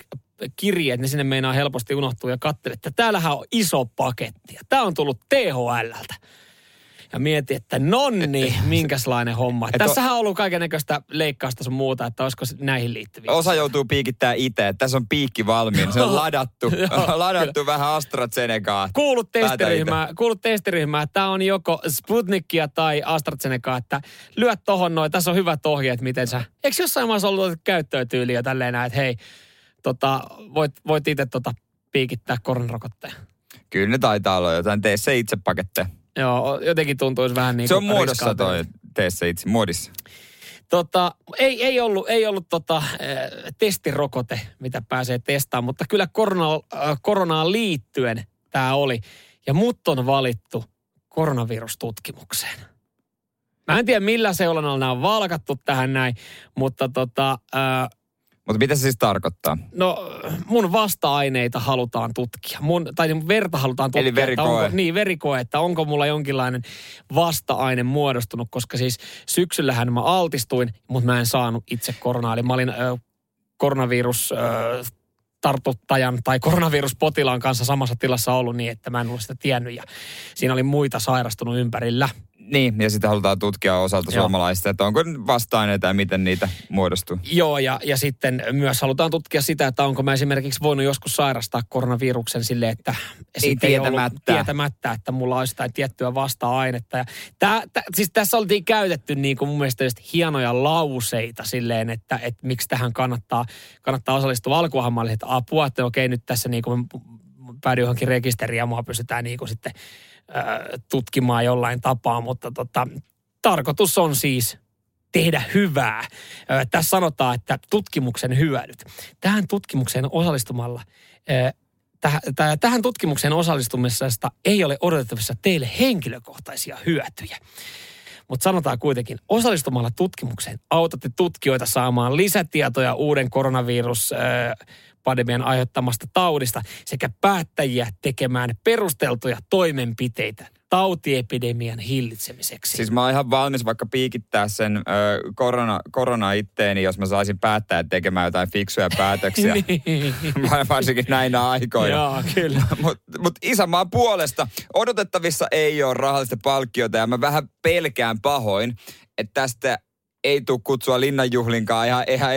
Speaker 2: kirjeet, ne sinne meinaa helposti unohtua ja katselin, että täällähän on iso paketti. Ja Tää on tullut THLltä. Ja mietin, että nonni, minkäslainen homma.
Speaker 3: oo-
Speaker 2: Tässähän on ollut kaiken näköistä leikkausta sun muuta, että olisiko se näihin liittyviä.
Speaker 3: Osa joutuu piikittää itse. Tässä on piikki valmiina. Se on ladattu.
Speaker 2: Joo,
Speaker 3: ladattu vähän AstraZenecaa.
Speaker 2: kuulut
Speaker 3: Päätä
Speaker 2: testiryhmää, kuulut testiryhmää. Tämä on joko Sputnikia tai AstraZenecaa, että lyö tohon noin. Tässä on hyvät ohjeet, miten sä... Eikö jossain maassa ollut otettu käyttöötyyli ja tälleen näin, että hei, tota, voit, voit itse tota, piikittää koronarokotteen.
Speaker 3: itse. Kyllä ne taitaa olla jotain. Tee se itse paketteja.
Speaker 2: Niin Joo, jotenkin tuntuisi vähän niin
Speaker 3: Se on muodossa toi. Tee se itse. Muodissa.
Speaker 2: Tota, ei, ei ollut, ei ollut tota, äh, testirokote, mitä pääsee testaamaan, mutta kyllä korona, äh, koronaan liittyen tämä oli. Ja mut on valittu koronavirustutkimukseen. Mä en tiedä millä seulannalla nämä on valkattu tähän näin, mutta tota, äh,
Speaker 3: Mutta mitä se siis tarkoittaa?
Speaker 2: no mun vasta-aineita halutaan tutkia. Mun, tai mun verta halutaan tutkia.
Speaker 3: Eli
Speaker 2: että
Speaker 3: verikoe.
Speaker 2: Onko, niin, verikoe, että onko mulla jonkinlainen vasta-aine muodostunut, koska siis syksyllähän mä altistuin, mutta mä en saanut itse koronaa. Eli mä olin ö, koronavirus... Ö, tartuttajan tai koronaviruspotilaan kanssa samassa tilassa ollut niin, että mä en ollut sitä tiennyt ja siinä oli muita sairastunut ympärillä.
Speaker 3: Niin, ja sitä halutaan tutkia osalta
Speaker 2: Joo.
Speaker 3: suomalaisista, että onko vasta-aineita ja miten niitä muodostuu.
Speaker 2: Joo, ja, ja sitten myös halutaan tutkia sitä, että onko mä esimerkiksi voinut joskus sairastaa koronaviruksen sille, että sit
Speaker 3: tietämättä.
Speaker 2: tietämättä, että mulla olisi jotain tiettyä vasta-ainetta. Ja tää, tää, siis tässä oltiin käytetty niin kuin mun mielestä just hienoja lauseita silleen, että, että miksi tähän kannattaa, kannattaa osallistua alkuahan mä olin, että apua, että okei nyt tässä niin kuin päädyin johonkin rekisteriin ja mua pystytään niin kuin sitten ö, tutkimaan jollain tapaa, mutta tota, tarkoitus on siis tehdä hyvää. Ö, Tässä sanotaan, että tutkimuksen hyödyt. Tähän tutkimukseen osallistumalla, ö, täh- täh- tähän tutkimukseen osallistumisesta ei ole odotettavissa teille henkilökohtaisia hyötyjä. Mutta sanotaan kuitenkin, osallistumalla tutkimukseen autatte tutkijoita saamaan lisätietoja uuden koronaviruspandemian aiheuttamasta taudista sekä päättäjiä tekemään perusteltuja toimenpiteitä tautiepidemian hillitsemiseksi.
Speaker 3: Siis mä oon ihan valmis vaikka piikittää sen ö, korona, korona itteeni, jos mä saisin päättää tekemään jotain fiksuja päätöksiä.
Speaker 2: niin.
Speaker 3: Varsinkin näinä aikoina.
Speaker 2: Joo, kyllä.
Speaker 3: Mutta mut isänmaan puolesta odotettavissa ei ole rahallista palkkiota ja mä vähän pelkään pahoin, että tästä ei tule kutsua linnanjuhlinkaan ihan, ihan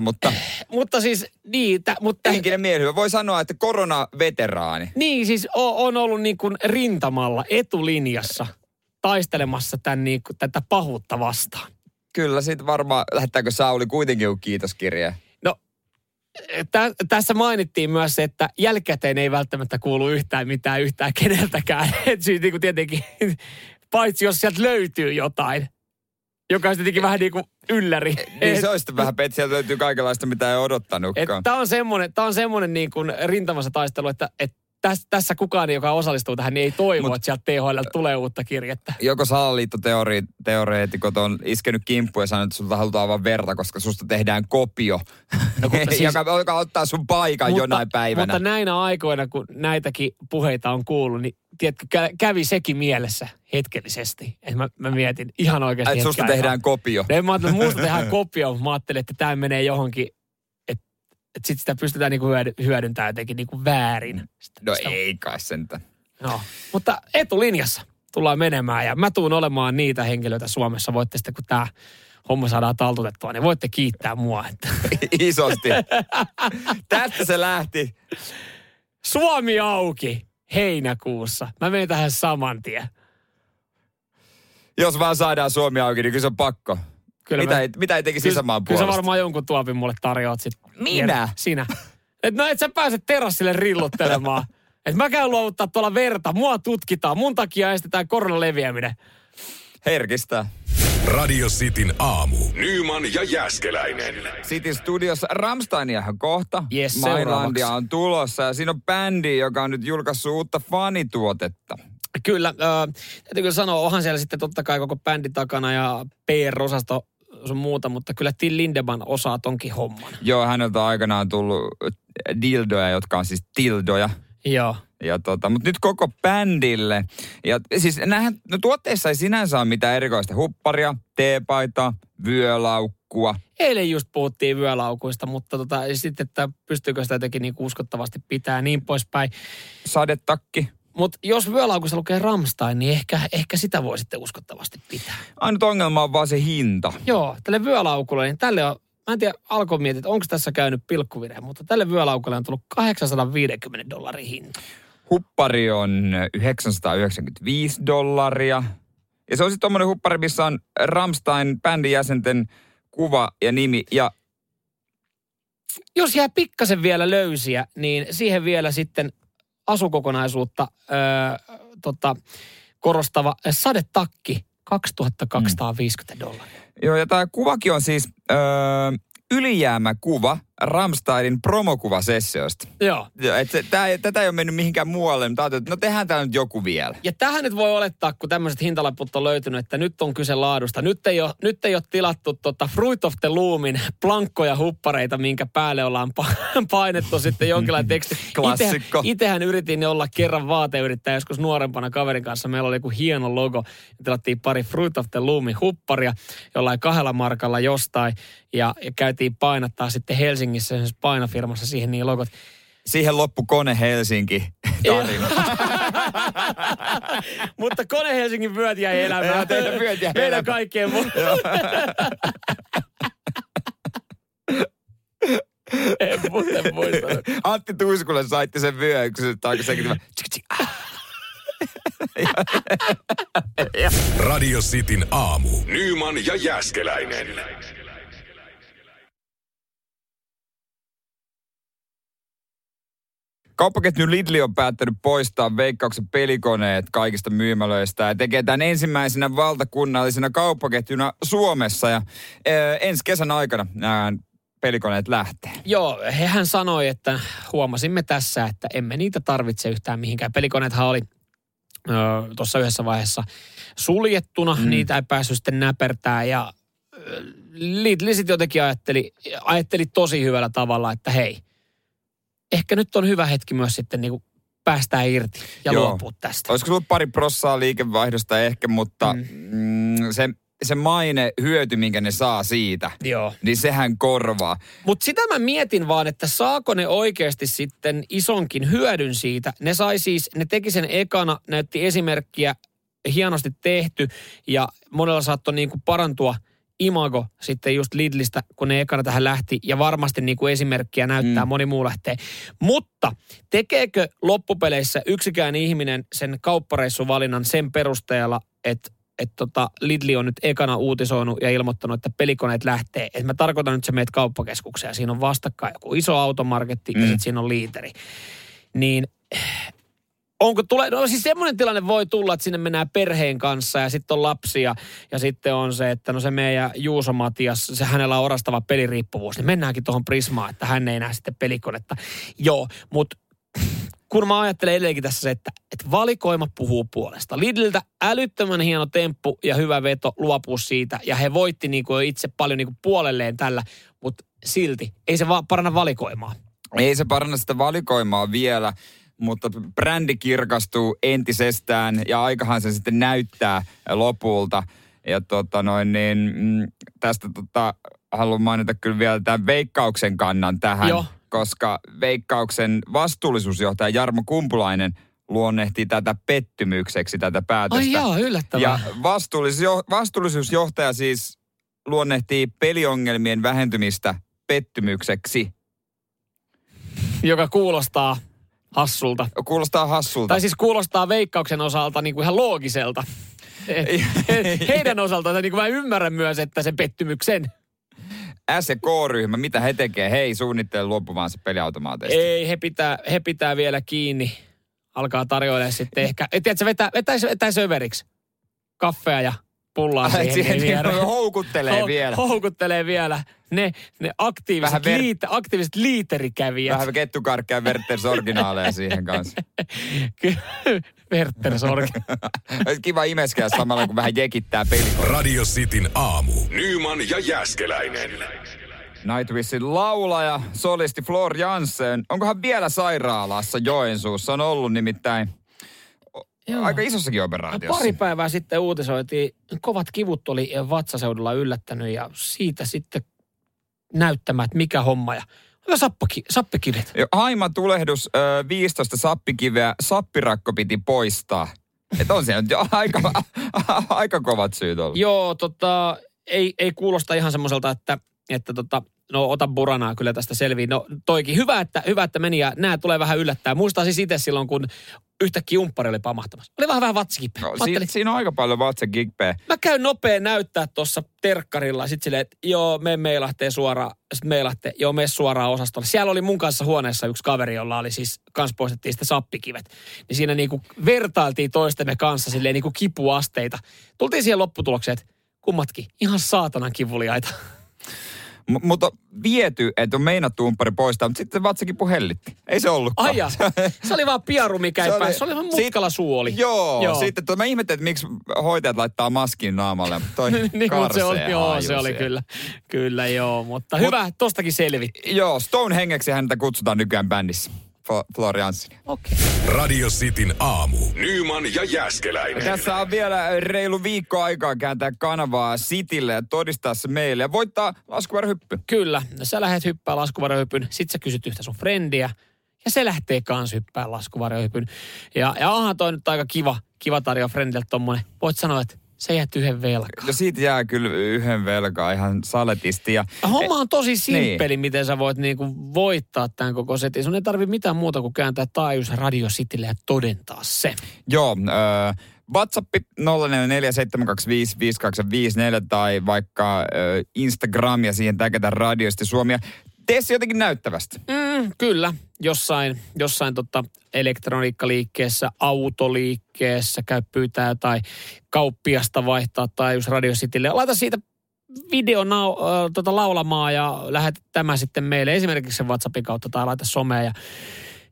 Speaker 3: mutta
Speaker 2: Mutta siis, niin, tä, mutta,
Speaker 3: henkinen mielihyvä. Voi sanoa, että koronaveteraani.
Speaker 2: niin siis o- on ollut niin kuin rintamalla, etulinjassa, taistelemassa tämän, niin kuin, tätä pahuutta vastaan.
Speaker 3: Kyllä, siitä varmaan lähettääkö Sauli kuitenkin joku kiitoskirje.
Speaker 2: No, tä, tässä mainittiin myös se, että jälkikäteen ei välttämättä kuulu yhtään mitään yhtään keneltäkään. Et siis niin kuin tietenkin, paitsi jos sieltä löytyy jotain, joka on tietenkin vähän niin kuin ylläri.
Speaker 3: Niin se olisi sitten vähän pet, sieltä löytyy kaikenlaista, mitä ei odottanutkaan.
Speaker 2: Tämä on semmoinen, tää on semmoinen niin kuin rintamassa taistelu, että, että tässä, tässä kukaan, joka osallistuu tähän, niin ei toivo,
Speaker 3: Mut-
Speaker 2: että sieltä THL tulee uutta kirjettä.
Speaker 3: Joko salaliittoteoreetikot on iskenyt kimppuun ja sanonut, että sulta halutaan vaan verta, koska susta tehdään kopio,
Speaker 2: No, mutta siis-
Speaker 3: joka, joka ottaa sun paikan mutta, jonain päivänä.
Speaker 2: mutta näinä aikoina, kun näitäkin puheita on kuullut, niin tiedätkö, kä- kävi sekin mielessä hetkellisesti. Et mä, mä mietin ihan oikeasti.
Speaker 3: että susta
Speaker 2: hetken
Speaker 3: tehdään kopio.
Speaker 2: aikaa. No en mä ajatellut, että muusta tehdään kopio, mutta mä ajattelin, että tämä menee johonkin, että et sitten sitä pystytään niinku hyödy- hyödyntämään jotenkin niinku väärin. Sitä,
Speaker 3: No
Speaker 2: sitä
Speaker 3: ei kai sentään.
Speaker 2: No, mutta etulinjassa tullaan menemään ja mä tuun olemaan niitä henkilöitä Suomessa. Voitte sitten, kun tämä homma saadaan taltutettua, niin voitte kiittää mua. Että
Speaker 3: Isosti. Tästä se lähti.
Speaker 2: Suomi auki heinäkuussa. Mä menen tähän saman tien.
Speaker 3: Jos vaan saadaan Suomi auki, niin kyllä se on pakko.
Speaker 2: Kyllä
Speaker 3: mitä,
Speaker 2: mä-
Speaker 3: ei, mitä ei tekisi
Speaker 2: Kyllä,
Speaker 3: isämaan
Speaker 2: kyllä sä
Speaker 3: puolesta?
Speaker 2: varmaan jonkun tuopin mulle tarjoat sit.
Speaker 3: Minä?
Speaker 2: Sinä. Et no et sä pääse terassille rillottelemaan. Et mä käyn luovuttaa tuolla verta. Mua tutkitaan. Mun takia estetään koronan leviäminen.
Speaker 3: herkistää.
Speaker 1: Radio Cityn aamu. Nyman ja Jäskeläinen.
Speaker 3: City Studios Ramsteinia kohta.
Speaker 2: Yes, seuraavaksi.
Speaker 3: Mailandia on tulossa ja siinä on bändi, joka on nyt julkaissut uutta fanituotetta.
Speaker 2: Kyllä, äh, täytyy kyllä sanoa, onhan siellä sitten totta kai koko bändi takana ja PR-osasto sun muuta, mutta kyllä Till Lindeman osaa tonkin homman.
Speaker 3: Joo, häneltä on aikanaan tullut äh, dildoja, jotka on siis tildoja.
Speaker 2: Joo.
Speaker 3: Ja tota, mutta nyt koko bändille. Ja siis näähän, no tuotteissa ei sinänsä ole mitään erikoista. Hupparia, teepaita, vyölaukkua.
Speaker 2: Eilen just puhuttiin vyölaukuista, mutta tota, sitten, että pystyykö sitä jotenkin niin uskottavasti pitää ja niin poispäin.
Speaker 3: sadetakki.
Speaker 2: Mutta jos vyölaukussa lukee Ramstein, niin ehkä, ehkä sitä voi sitten uskottavasti pitää.
Speaker 3: Ainut ongelma on vaan se hinta.
Speaker 2: Joo, tälle vyölaukulle, niin tälle on, mä en tiedä, alkoi miettiä, että onko tässä käynyt pilkkuvirhe, mutta tälle vyölaukulle on tullut 850 dollarin hinta.
Speaker 3: Huppari on 995 dollaria. Ja se on sitten tommonen huppari, missä on Ramstein bändin jäsenten kuva ja nimi. Ja
Speaker 2: Jos jää pikkasen vielä löysiä, niin siihen vielä sitten asukokonaisuutta öö, tota, korostava sadetakki 2250 dollaria.
Speaker 3: Joo, ja tämä kuvakin on siis öö, ylijäämäkuva Ramsteinin promokuvasessioista.
Speaker 2: Joo.
Speaker 3: Joo, et se, tää, ei- tätä ei ole mennyt mihinkään muualle, mutta ajattelin, että no tehdään täällä nyt joku vielä.
Speaker 2: Ja tähän nyt voi olettaa, kun tämmöiset hintalapput on löytynyt, että nyt on kyse laadusta. Nyt ei ole, nyt ei ole tilattu tota Fruit of the Loomin plankkoja huppareita, minkä päälle ollaan pa- painettu sitten jonkinlainen teksti.
Speaker 3: Klassikko.
Speaker 2: Itehän, itehän yritin olla kerran vaateyrittäjä joskus nuorempana kaverin kanssa. Meillä oli joku hieno logo. Tilattiin pari Fruit of the Loomin hupparia jollain kahdella markalla jostain. Ja, ja käytiin painattaa sitten Helsingissä esimerkiksi painofirmassa siihen niin logot.
Speaker 3: Siihen loppu kone Helsinki tarina.
Speaker 2: Mutta kone Helsingin vyöt jäi elämään.
Speaker 3: Joo, teidän vyöt jäi
Speaker 2: Meidän
Speaker 3: elämään.
Speaker 2: kaikkien mu- En muuten muistanut.
Speaker 3: Antti Tuiskulle saitti sen vyön, kun se taikka sekin tämä.
Speaker 1: Radio Cityn aamu. Nyman ja Jäskeläinen.
Speaker 3: Kauppaketju Lidli on päättänyt poistaa veikkauksen pelikoneet kaikista myymälöistä ja tekee tämän ensimmäisenä valtakunnallisena kauppaketjuna Suomessa. Ja ö, ensi kesän aikana nämä pelikoneet lähtee.
Speaker 2: Joo, hehän sanoi, että huomasimme tässä, että emme niitä tarvitse yhtään mihinkään. Pelikoneethan oli ö, tuossa yhdessä vaiheessa suljettuna, mm. niitä ei päässyt sitten näpertää ja ö, Lidl sitten jotenkin ajatteli, ajatteli tosi hyvällä tavalla, että hei, ehkä nyt on hyvä hetki myös sitten niin päästää irti ja
Speaker 3: Joo.
Speaker 2: luopua tästä.
Speaker 3: Olisiko sulla pari prossaa liikevaihdosta ehkä, mutta mm. Mm, se, se maine hyöty, minkä ne saa siitä,
Speaker 2: Joo.
Speaker 3: niin sehän korvaa.
Speaker 2: Mutta sitä mä mietin vaan, että saako ne oikeasti sitten isonkin hyödyn siitä. Ne sai siis, ne teki sen ekana, näytti esimerkkiä, hienosti tehty ja monella saattoi niinku parantua imago sitten just Lidlistä, kun ne ekana tähän lähti ja varmasti niinku esimerkkiä näyttää, mm. moni muu lähtee. Mutta tekeekö loppupeleissä yksikään ihminen sen kauppareissuvalinnan sen perusteella, että että tota, Lidli on nyt ekana uutisoinut ja ilmoittanut, että pelikoneet lähtee. Et mä tarkoitan nyt, että sä meet kauppakeskukseen ja siinä on vastakkain joku iso automarketti mm. ja
Speaker 3: Mm.
Speaker 2: sitten siinä on liiteri. Niin eh, onko tule, no siis semmoinen tilanne voi tulla, että sinne mennään perheen kanssa ja sitten on lapsia ja sitten on se, että no se meidän Juuso Matias, se hänellä on orastava peliriippuvuus, niin mennäänkin tuohon Prismaan, että hän ei näe sitten pelikonetta. Joo, mutta kun mä ajattelen edelleenkin tässä se, että, että valikoima puhuu puolesta. Lidliltä älyttömän hieno temppu ja hyvä veto luopuu siitä. Ja he voitti niin kuin itse paljon niin kuin puolelleen tällä, mutta silti ei se vaan paranna valikoimaa.
Speaker 3: Ei se paranna sitä valikoimaa vielä, mutta brändi kirkastuu entisestään ja aikahan se sitten näyttää lopulta. Ja tota noin, niin mm, tästä tota, haluan mainita kyllä vielä tämän veikkauksen kannan tähän.
Speaker 2: Joo.
Speaker 3: Koska veikkauksen vastuullisuusjohtaja Jarmo Kumpulainen luonnehti tätä pettymykseksi tätä päätöstä.
Speaker 2: Ai jaa,
Speaker 3: Ja
Speaker 2: yllättävää.
Speaker 3: vastuullisuusjo- vastuullisuusjohtaja siis luonnehtii peliongelmien vähentymistä pettymykseksi.
Speaker 2: Joka kuulostaa hassulta.
Speaker 3: Kuulostaa hassulta.
Speaker 2: Tai siis kuulostaa veikkauksen osalta niin kuin ihan loogiselta. He- Heidän osaltaan niin kuin mä ymmärrän myös, että sen pettymyksen.
Speaker 3: S- ja K-ryhmä, mitä he tekee? Hei, suunnittele luopumaan se peliautomaateista.
Speaker 2: Ei, he pitää, he pitää vielä kiinni. Alkaa tarjoilemaan sitten ehkä. Et tiedätkö, vetää, vetää, vetää söveriksi. Kaffea ja pullaan
Speaker 3: Ai,
Speaker 2: siihen,
Speaker 3: siihen
Speaker 2: niin vielä.
Speaker 3: niin, houkuttelee vielä.
Speaker 2: Houkuttelee vielä ne, ne aktiiviset,
Speaker 3: Vähän ver-
Speaker 2: liite, aktiiviset liiterikävijät.
Speaker 3: Vähän kettukarkkia Werther's originaaleja siihen kanssa.
Speaker 2: Kyllä, Werther Sorki.
Speaker 3: Olisi kiva imeskää samalla, kun vähän jekittää peli.
Speaker 1: Radio Cityn aamu. Nyman ja Jäskeläinen.
Speaker 3: Nightwishin laulaja, solisti Flor Jansen. Onkohan vielä sairaalassa Joensuussa? On ollut nimittäin
Speaker 2: Joo.
Speaker 3: aika isossakin
Speaker 2: No
Speaker 3: operaatiossa.
Speaker 2: Pari päivää sitten uutisoitiin, kovat kivut oli vatsaseudulla yllättänyt ja siitä sitten näyttämään, että mikä homma. Ja ja sappaki, sappikivet.
Speaker 3: Jo, Haima tulehdus, ö, 15 sappikiveä, sappirakko piti poistaa. Et on se nyt jo aika, aika kovat syyt ollut.
Speaker 2: Joo, tota, ei, ei kuulosta ihan semmoiselta, että, että tota, no ota buranaa kyllä tästä selvii. No toikin, hyvä että, hyvä, että meni ja nämä tulee vähän yllättää. Muistaa siis itse silloin, kun yhtäkkiä umppari oli pamahtamassa. Oli vähän vähän vatsikipeä.
Speaker 3: No,
Speaker 2: Mä
Speaker 3: si-
Speaker 2: ajattelin,
Speaker 3: siinä on aika paljon vatsakikpeä.
Speaker 2: Mä käyn nopea näyttää tuossa terkkarilla. Sitten silleen, että joo, me meilahtee suoraan. Sitten meilahtee, joo, me suoraan osastolle. Siellä oli mun kanssa huoneessa yksi kaveri, jolla oli siis, kans poistettiin sitten sappikivet. Niin siinä niinku vertailtiin toistemme kanssa silleen niinku kipuasteita. Tultiin siihen lopputulokseen, että kummatkin ihan saatanan kivuliaita.
Speaker 3: M- mutta on viety, että on meinattu umppari poistaa, mutta sitten se vatsakipu hellitti. Ei se ollutkaan.
Speaker 2: Aja, se oli vaan piaru, mikä ei
Speaker 3: Ah. Se oli-
Speaker 2: päässyt. Se oli vaan
Speaker 3: Siit-
Speaker 2: mutkala suu oli.
Speaker 3: Joo, joo. sitten tuota, mä ihmettelin, että miksi hoitajat laittaa maskin naamalle. mutta Toi
Speaker 2: niin, mutta se oli,
Speaker 3: karsea
Speaker 2: joo,
Speaker 3: haju
Speaker 2: se oli
Speaker 3: siellä.
Speaker 2: kyllä. Kyllä joo, mutta hyvä, tostakin selvittiin.
Speaker 3: Joo, Stone hengeksi häntä kutsutaan nykyään bändissä. Flo- Floriansin.
Speaker 2: Okei.
Speaker 1: Radio Cityn aamu. Nyman ja Jäskeläinen.
Speaker 3: Tässä on vielä reilu viikko aikaa kääntää kanavaa Sitille ja todistaa se meille. Ja voittaa laskuvarhyppy.
Speaker 2: Kyllä, sä lähdet hyppää laskuvarjohypyn, sit sä kysyt yhtä sun frendiä, ja se lähtee kans hyppää laskuvarjohypyn. Ja, ja onhan toi nyt aika kiva, kiva tarjoa frendiltä tommonen. Voit sanoa, että sä jäät yhden velkaa.
Speaker 3: No siitä jää kyllä yhden velkaa ihan saletisti. Ja
Speaker 2: Homma on tosi simppeli, niin. miten sä voit niinku voittaa tämän koko setin. Sun ei tarvi mitään muuta kuin kääntää taajuus Radio Citylle ja todentaa se.
Speaker 3: Joo, äh, WhatsApp 0447255254 tai vaikka äh, Instagram ja siihen täkätä radiosti Suomia. Tee se jotenkin näyttävästi.
Speaker 2: Mm, kyllä, jossain, jossain tota elektroniikkaliikkeessä, autoliikkeessä, käy pyytää tai kauppiasta vaihtaa tai just Radio Citylle. Laita siitä video nau, äh, tota laulamaa ja lähetä tämä sitten meille esimerkiksi sen WhatsAppin kautta tai laita somea. Ja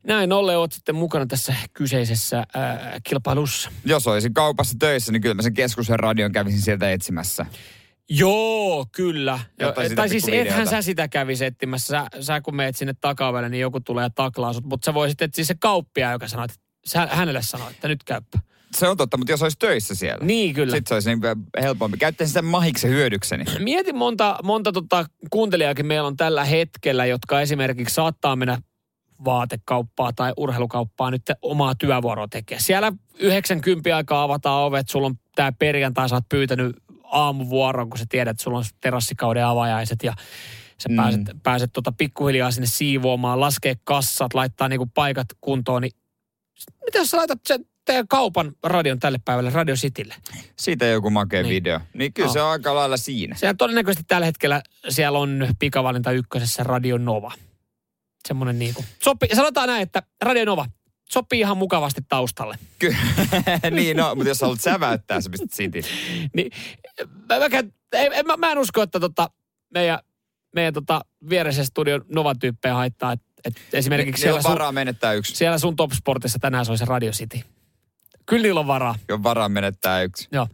Speaker 2: näin ollen oot sitten mukana tässä kyseisessä äh, kilpailussa.
Speaker 3: Jos olisin kaupassa töissä, niin kyllä mä sen keskusen radion kävisin sieltä etsimässä.
Speaker 2: Joo, kyllä.
Speaker 3: Jotain
Speaker 2: Jotain
Speaker 3: sitä
Speaker 2: tai siis
Speaker 3: pikkuvideota.
Speaker 2: ethän sä sitä kävisi etsimässä. Sä, sä kun meet sinne takavelle, niin joku tulee ja taklaa sut. Mutta sä voisit etsiä siis se kauppia, joka sanoo, että sä, hänelle sanoo, että nyt käyppä.
Speaker 3: Se on totta, mutta jos olisi töissä siellä.
Speaker 2: Niin kyllä.
Speaker 3: Sitten se olisi niin helpompi. Käyttäisin sitä mahiksen hyödykseni.
Speaker 2: Mietin monta, monta tota kuuntelijaakin meillä on tällä hetkellä, jotka esimerkiksi saattaa mennä vaatekauppaa tai urheilukauppaa nyt omaa työvuoroa tekee. Siellä 90 aikaa avataan ovet, sulla on tämä perjantai, sä oot pyytänyt aamuvuoron, kun sä tiedät, että sulla on terassikauden avajaiset ja sä
Speaker 3: Mm.
Speaker 2: pääset, pääset tota pikkuhiljaa sinne siivoamaan, laskee kassat, laittaa niinku paikat kuntoon, niin mitä jos sä laitat sen teidän kaupan radion tälle päivälle, Radio Citylle?
Speaker 3: Siitä joku makea
Speaker 2: Niin.
Speaker 3: niin. video. Niin kyllä
Speaker 2: Joo.
Speaker 3: se on aika lailla siinä.
Speaker 2: Siellä todennäköisesti tällä hetkellä siellä on pikavalinta ykkösessä Radio Nova. Semmoinen niinku. Sopi, sanotaan näin, että Radio Nova sopii ihan mukavasti taustalle.
Speaker 3: Ky- niin, no, mutta jos haluat säväyttää, sä pistät City.
Speaker 2: Niin, mä, mä, käyn- ei, en- mä, mä, en usko, että tota, meidän, meidän tota, vieressä studion Nova-tyyppejä haittaa. Et, et esimerkiksi
Speaker 3: Niillä
Speaker 2: siellä
Speaker 3: Niin, on
Speaker 2: sun,
Speaker 3: varaa menettää yksi.
Speaker 2: siellä sun Top Sportissa tänään soi se Radio City. Kyllä niillä on varaa.
Speaker 3: on varaa menettää yksi.
Speaker 2: Joo.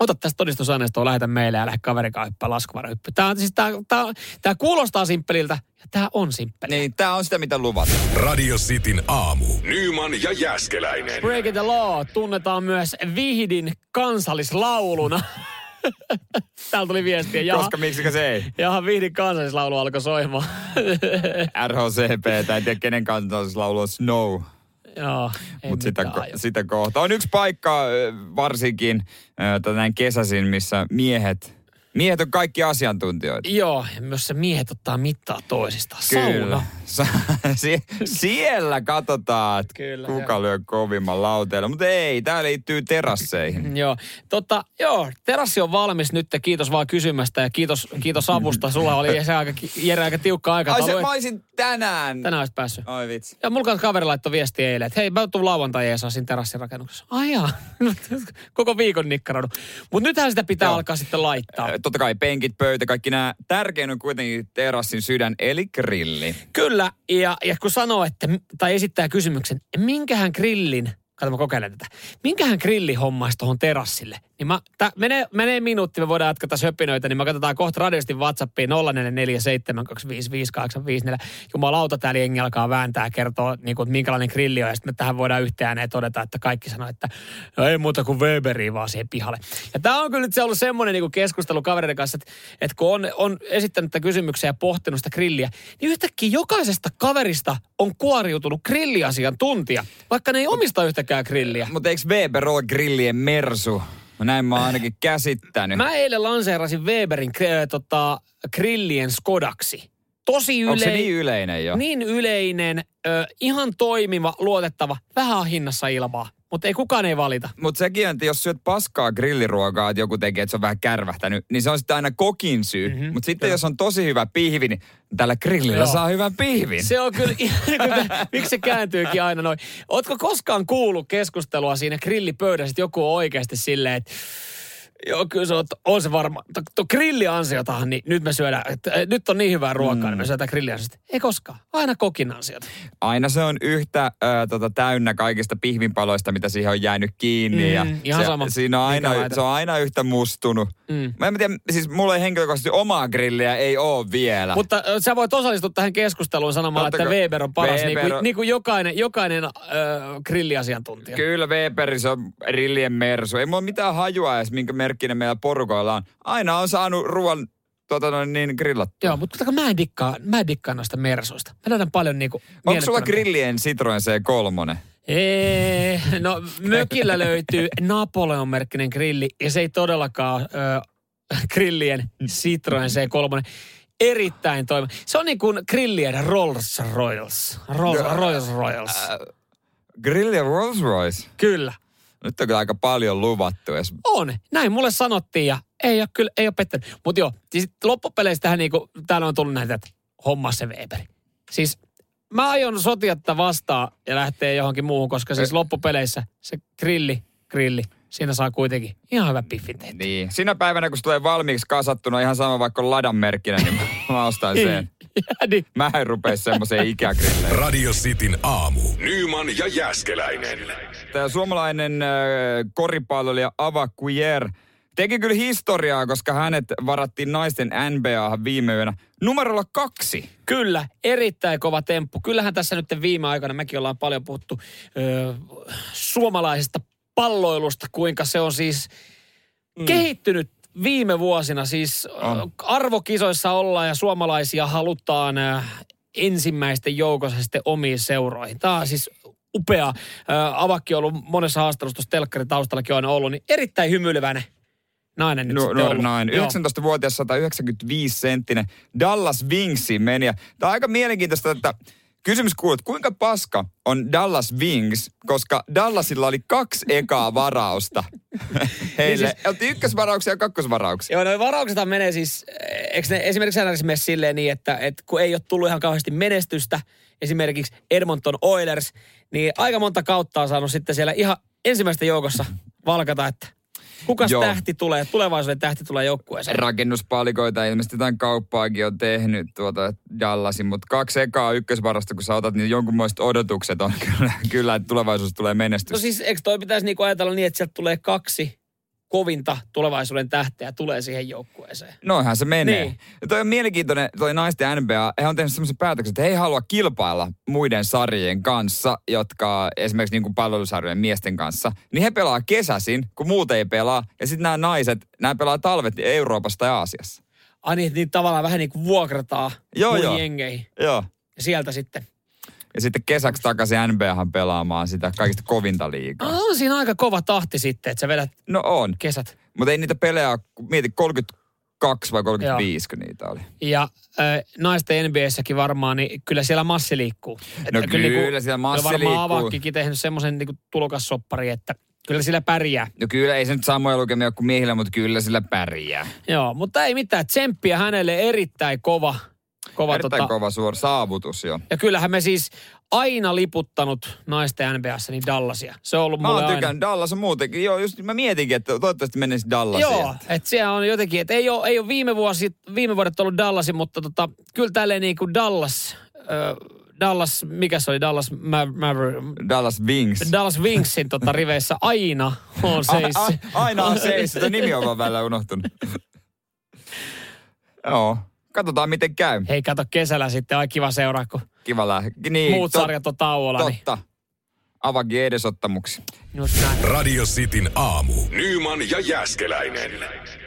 Speaker 2: Ota tästä todistusaineistoa, lähetä meille ja lähde kaverikaan hyppää laskuvarjohyppy. Tämä, on, siis tää, tää, tää kuulostaa simppeliltä ja tämä on simppeli.
Speaker 3: Niin, tää on sitä, mitä luvataan.
Speaker 1: Radio Cityn aamu. Nyman ja Jäskeläinen.
Speaker 2: Break the Law tunnetaan myös Vihdin kansallislauluna. Täällä tuli viestiä. Jaha,
Speaker 3: Koska miksikö se ei?
Speaker 2: jaha Vihdin kansallislaulu alkoi soimaan.
Speaker 3: RHCP, tai en tiedä kenen kansallislaulu on siis Snow.
Speaker 2: Joo, ei
Speaker 3: Mutta sitä,
Speaker 2: mitään
Speaker 3: ko-
Speaker 2: ajo.
Speaker 3: sitä kohta. On yksi paikka ö, varsinkin ö, tai näin kesäisin, missä miehet Miehet on kaikki asiantuntijoita.
Speaker 2: Joo, ja myös se miehet ottaa mittaa toisistaan. Sauna.
Speaker 3: Sa- sie- siellä katsotaan, että
Speaker 2: Kyllä,
Speaker 3: kuka
Speaker 2: joo.
Speaker 3: lyö kovimman lauteella. Mutta ei, tämä liittyy terasseihin.
Speaker 2: Joo. Tota, joo, terassi on valmis nyt. Kiitos vaan kysymästä ja kiitos, kiitos avusta. Sulla oli se aika, Jere, aika tiukka aika.
Speaker 3: Ai se, mä olisin tänään.
Speaker 2: Tänään olisi päässyt.
Speaker 3: Ai vitsi.
Speaker 2: Ja mulla kanssa kaveri laittoi viesti eilen, että hei, mä tuun lauantai jeesaa siinä terassirakennuksessa. Ai jaa. koko viikon nikkaroidu. Mutta nythän sitä pitää
Speaker 3: Joo.
Speaker 2: alkaa sitten laittaa.
Speaker 3: Ö, Totta kai penkit, pöytä, kaikki nämä. Tärkein on kuitenkin terassin sydän, eli grilli.
Speaker 2: Kyllä, ja, ja kun sanoo, että, tai esittää kysymyksen, minkähän grillin, kato mä kokeilen tätä, minkähän grilli hommaisi tuohon terassille, niin mä, tää, menee, menee minuutti, me voidaan jatkata söpinöitä, niin mä katsotaan kohta radiostin WhatsAppiin 0447255854. Jumalauta, täällä jengi alkaa vääntää ja kertoa, niin kuin, että minkälainen grilli on, ja sitten me tähän voidaan yhteen ääneen todeta, että kaikki sanoo, että no ei muuta kuin Weberiä vaan siihen pihalle. Ja tämä on kyllä nyt se ollut semmoinen niin keskustelu kavereiden kanssa, että, että kun on, on esittänyt tätä kysymyksiä ja pohtinut sitä grilliä, niin yhtäkkiä jokaisesta kaverista on kuoriutunut grilliasiantuntija, vaikka ne ei omista yhtäkään grilliä.
Speaker 3: Mutta eikö Weber ole grillien mersu? Näin mä oon ainakin käsittänyt.
Speaker 2: Mä eilen lanseerasin Weberin äh, tota, grillien Skodaksi. Tosi
Speaker 3: Onko se
Speaker 2: yleinen.
Speaker 3: niin yleinen jo?
Speaker 2: Niin yleinen, ö, ihan toimiva, luotettava, vähän on hinnassa ilmaa, mutta ei kukaan ei valita.
Speaker 3: Mutta sekin, on, että jos syöt paskaa grilliruokaa, että joku tekee, että se on vähän kärvähtänyt, niin se on sitten aina kokin syy. Mm-hmm, Mutta sitten jos on tosi hyvä pihvi, niin tällä grillillä
Speaker 2: Mhm. Joo.
Speaker 3: saa hyvän pihvin.
Speaker 2: Niin. Se on kyllä, kyllä, miksi se kääntyykin aina noin. Ootko koskaan kuullut keskustelua siinä grillipöydässä, että joku on oikeasti silleen, että joo, kyllä se on, on se varma. To, to grilliansiotahan, niin nyt me syödään, että, eh, nyt on niin hyvää ruokaa, mm. niin me syödään grilliansiota. Ei koskaan, aina kokin ansiota.
Speaker 3: Aina se on yhtä ö, tota, täynnä kaikista pihvinpaloista, mitä siihen on jäänyt kiinni.
Speaker 2: Mm,
Speaker 3: ja
Speaker 2: ihan
Speaker 3: se,
Speaker 2: sama,
Speaker 3: Siinä on aina,
Speaker 2: minkä laita.
Speaker 3: se on aina yhtä mustunut.
Speaker 2: Mm.
Speaker 3: Mä en tiedä, siis mulla ei henkilökohtaisesti omaa grilliä ei ole vielä.
Speaker 2: Mutta ö, sä voit osallistua tähän keskusteluun sanomalla,
Speaker 3: Ah. Totta
Speaker 2: että
Speaker 3: kai.
Speaker 2: Weber on paras,
Speaker 3: Weber
Speaker 2: niin kuin,
Speaker 3: on-
Speaker 2: niin kuin jokainen, jokainen ö, grilliasiantuntija.
Speaker 3: Kyllä Weberi, se on rillien mersu. Ei mulla mitään hajua edes, minkä merkkinen meillä porukoilla on. Aina on saanut ruoan tota noin, niin grillattua.
Speaker 2: Joo, mutta kato, mä en dikkaa, mä en dikkaa noista mersuista. Mä näytän paljon niinku...
Speaker 3: Onko sulla
Speaker 2: mielettömän-
Speaker 3: grillien Citroen C3?
Speaker 2: Ee, no mökillä löytyy Napoleon-merkkinen grilli, ja se ei todellakaan ö, grillien Citroen C3. Erittäin toimiva. Se on niin kuin grillien Rolls Royals. Rolls, Rolls Royals.
Speaker 3: Grilli Rolls Royce?
Speaker 2: Kyllä.
Speaker 3: Nyt on kyllä aika paljon luvattu edes.
Speaker 2: On. Näin mulle sanottiin ja ei ole kyllä, ei ole pettänyt. Mutta joo, siis loppupeleissä tähän niinku, täällä on tullut näitä, että homma se Weberi. Siis mä aion sotia tätä vastaan ja lähtee johonkin muuhun, koska siis loppupeleissä se grilli, grilli, siinä saa kuitenkin ihan hyvä piffin tehty.
Speaker 3: Niin. Sinä päivänä, kun se tulee valmiiksi kasattuna, ihan sama vaikka on ladan merkkinen, niin mä- mä ostan sen.
Speaker 2: Ja niin.
Speaker 3: Mä en rupea semmoiseen ikägrilleen.
Speaker 1: Radio Cityn aamu. Nyman ja Jäskeläinen.
Speaker 3: Tämä suomalainen äh, koripalloilija Ava Kujer teki kyllä historiaa, koska hänet varattiin naisten NBA viime yönä numerolla kaksi.
Speaker 2: Kyllä, erittäin kova temppu. Kyllähän tässä nyt viime aikoina, mekin ollaan paljon puhuttu ö, suomalaisesta palloilusta, kuinka se on siis mm. kehittynyt viime vuosina. Siis ö,
Speaker 3: On.
Speaker 2: arvokisoissa ollaan ja suomalaisia halutaan ö, ensimmäisten joukossa sitten omiin seuroihin. Tämä on siis upea. Ö, avakki on ollut monessa haastelussa, tuossa telkkarin taustallakin on aina ollut, niin erittäin hymyilevänä nainen nyt
Speaker 3: Nu,
Speaker 2: sitten
Speaker 3: nuori
Speaker 2: ollut.
Speaker 3: nainen.
Speaker 2: Joo.
Speaker 3: 19-vuotias 195 senttinen Dallas Wingsiin meni. Ja tämä on aika mielenkiintoista, että kysymys kuuluu, että kuinka paska on Dallas Wings, koska Dallasilla oli kaksi ekaa varausta heille.
Speaker 2: Niin
Speaker 3: Niin siis... Otti ykkösvarauksia ja kakkosvarauksia.
Speaker 2: Joo, noi varauksethan menee siis, eh, eikö ne esimerkiksi NRS mene silleen niin, että, että kun ei ole tullut ihan kauheasti menestystä, esimerkiksi Edmonton Oilers, niin aika monta kautta on saanut sitten siellä ihan ensimmäistä joukossa valkata, että kukas Joo.
Speaker 3: Joo.
Speaker 2: tähti tulee, tulevaisuuden tähti tulee joukkueeseen.
Speaker 3: Rakennuspalikoita, ilmeisesti jotain kauppaakin on tehnyt tuota Dallasin, mutta kaksi ekaa ykkösvarasta, kun sä otat, niin jonkunmoiset odotukset on kyllä, kyllä että tulevaisuus tulee menestys.
Speaker 2: No siis eikö toi pitäisi niinku ajatella niin, että sieltä tulee kaksi kovinta tulevaisuuden tähteä tulee siihen joukkueeseen?
Speaker 3: Noinhan se menee.
Speaker 2: Niin.
Speaker 3: Niin. Toi on mielenkiintoinen, toi naisten NBA, he on tehnyt semmoisen päätöksen, että he ei halua kilpailla muiden sarjien kanssa, jotka esimerkiksi niin kuin palvelusarjojen miesten kanssa. Niin he pelaa kesäsin, kun muut ei pelaa. Ja sitten nämä naiset, nämä pelaa talvet Euroopassa tai Aasiassa.
Speaker 2: Ai niin, että niitä tavallaan vähän niin kuin vuokrataan
Speaker 3: Joo,
Speaker 2: muihin
Speaker 3: joo.
Speaker 2: jengeihin.
Speaker 3: Joo.
Speaker 2: Ja sieltä sitten
Speaker 3: Ja sitten kesäksi takaisin NBAhan pelaamaan sitä kaikista kovinta liikaa.
Speaker 2: Ah, on siinä aika kova tahti sitten, että sä vedät
Speaker 3: No on.
Speaker 2: kesät.
Speaker 3: Mutta ei niitä pelejä, ole, kun mieti 30 32 vai 35, kun niitä oli.
Speaker 2: Ja äh, naisten NBAssäkin varmaan, niin kyllä siellä massi liikkuu. Että niinku
Speaker 3: No kyllä siellä massi
Speaker 2: kyllä varmaan
Speaker 3: liikkuu.
Speaker 2: Avakkikin tehnyt semmoisen niin tulokassoppari, että kyllä sillä pärjää.
Speaker 3: No kyllä, ei se nyt samoja lukemia ole kuin miehillä, mutta kyllä sillä pärjää.
Speaker 2: Joo, mutta ei mitään. Tsemppiä hänelle erittäin kova. kova, tota.
Speaker 3: Erittäin kova suor saavutus jo.
Speaker 2: Ja kyllähän me siis aina liputtanut naisten NBAssa niin Dallasia. Se on ollut
Speaker 3: Mä
Speaker 2: mulle
Speaker 3: oon
Speaker 2: aina.
Speaker 3: tykännyt Dallas on muutenkin. Joo, just mä mietinkin, että toivottavasti menisi Dallasiin.
Speaker 2: Joo, että siellä on jotenkin, että ei ole, ei ole viime, vuosi, viime vuodet ollut Dallasin, mutta tota, kyllä tälleen niin kuin Dallas, äh, Dallas, mikä se oli, Dallas, Maver- Maver-
Speaker 3: Dallas Wings.
Speaker 2: Dallas Wingsin tota, riveissä aina on seis.
Speaker 3: A, a, aina on seis. Sitä nimi on vaan välillä unohtunut. Joo. Katsotaan, miten käy.
Speaker 2: Hei, kato kesällä sitten, ai kiva seuraa, kun
Speaker 3: Kiva lähteä. Niin,
Speaker 2: muut sarjat on tauolla. Niin.
Speaker 3: Totta. Avakin edesottamuksi.
Speaker 2: Just näin.
Speaker 1: Radio Cityn aamu. Nyman ja Jäskeläinen.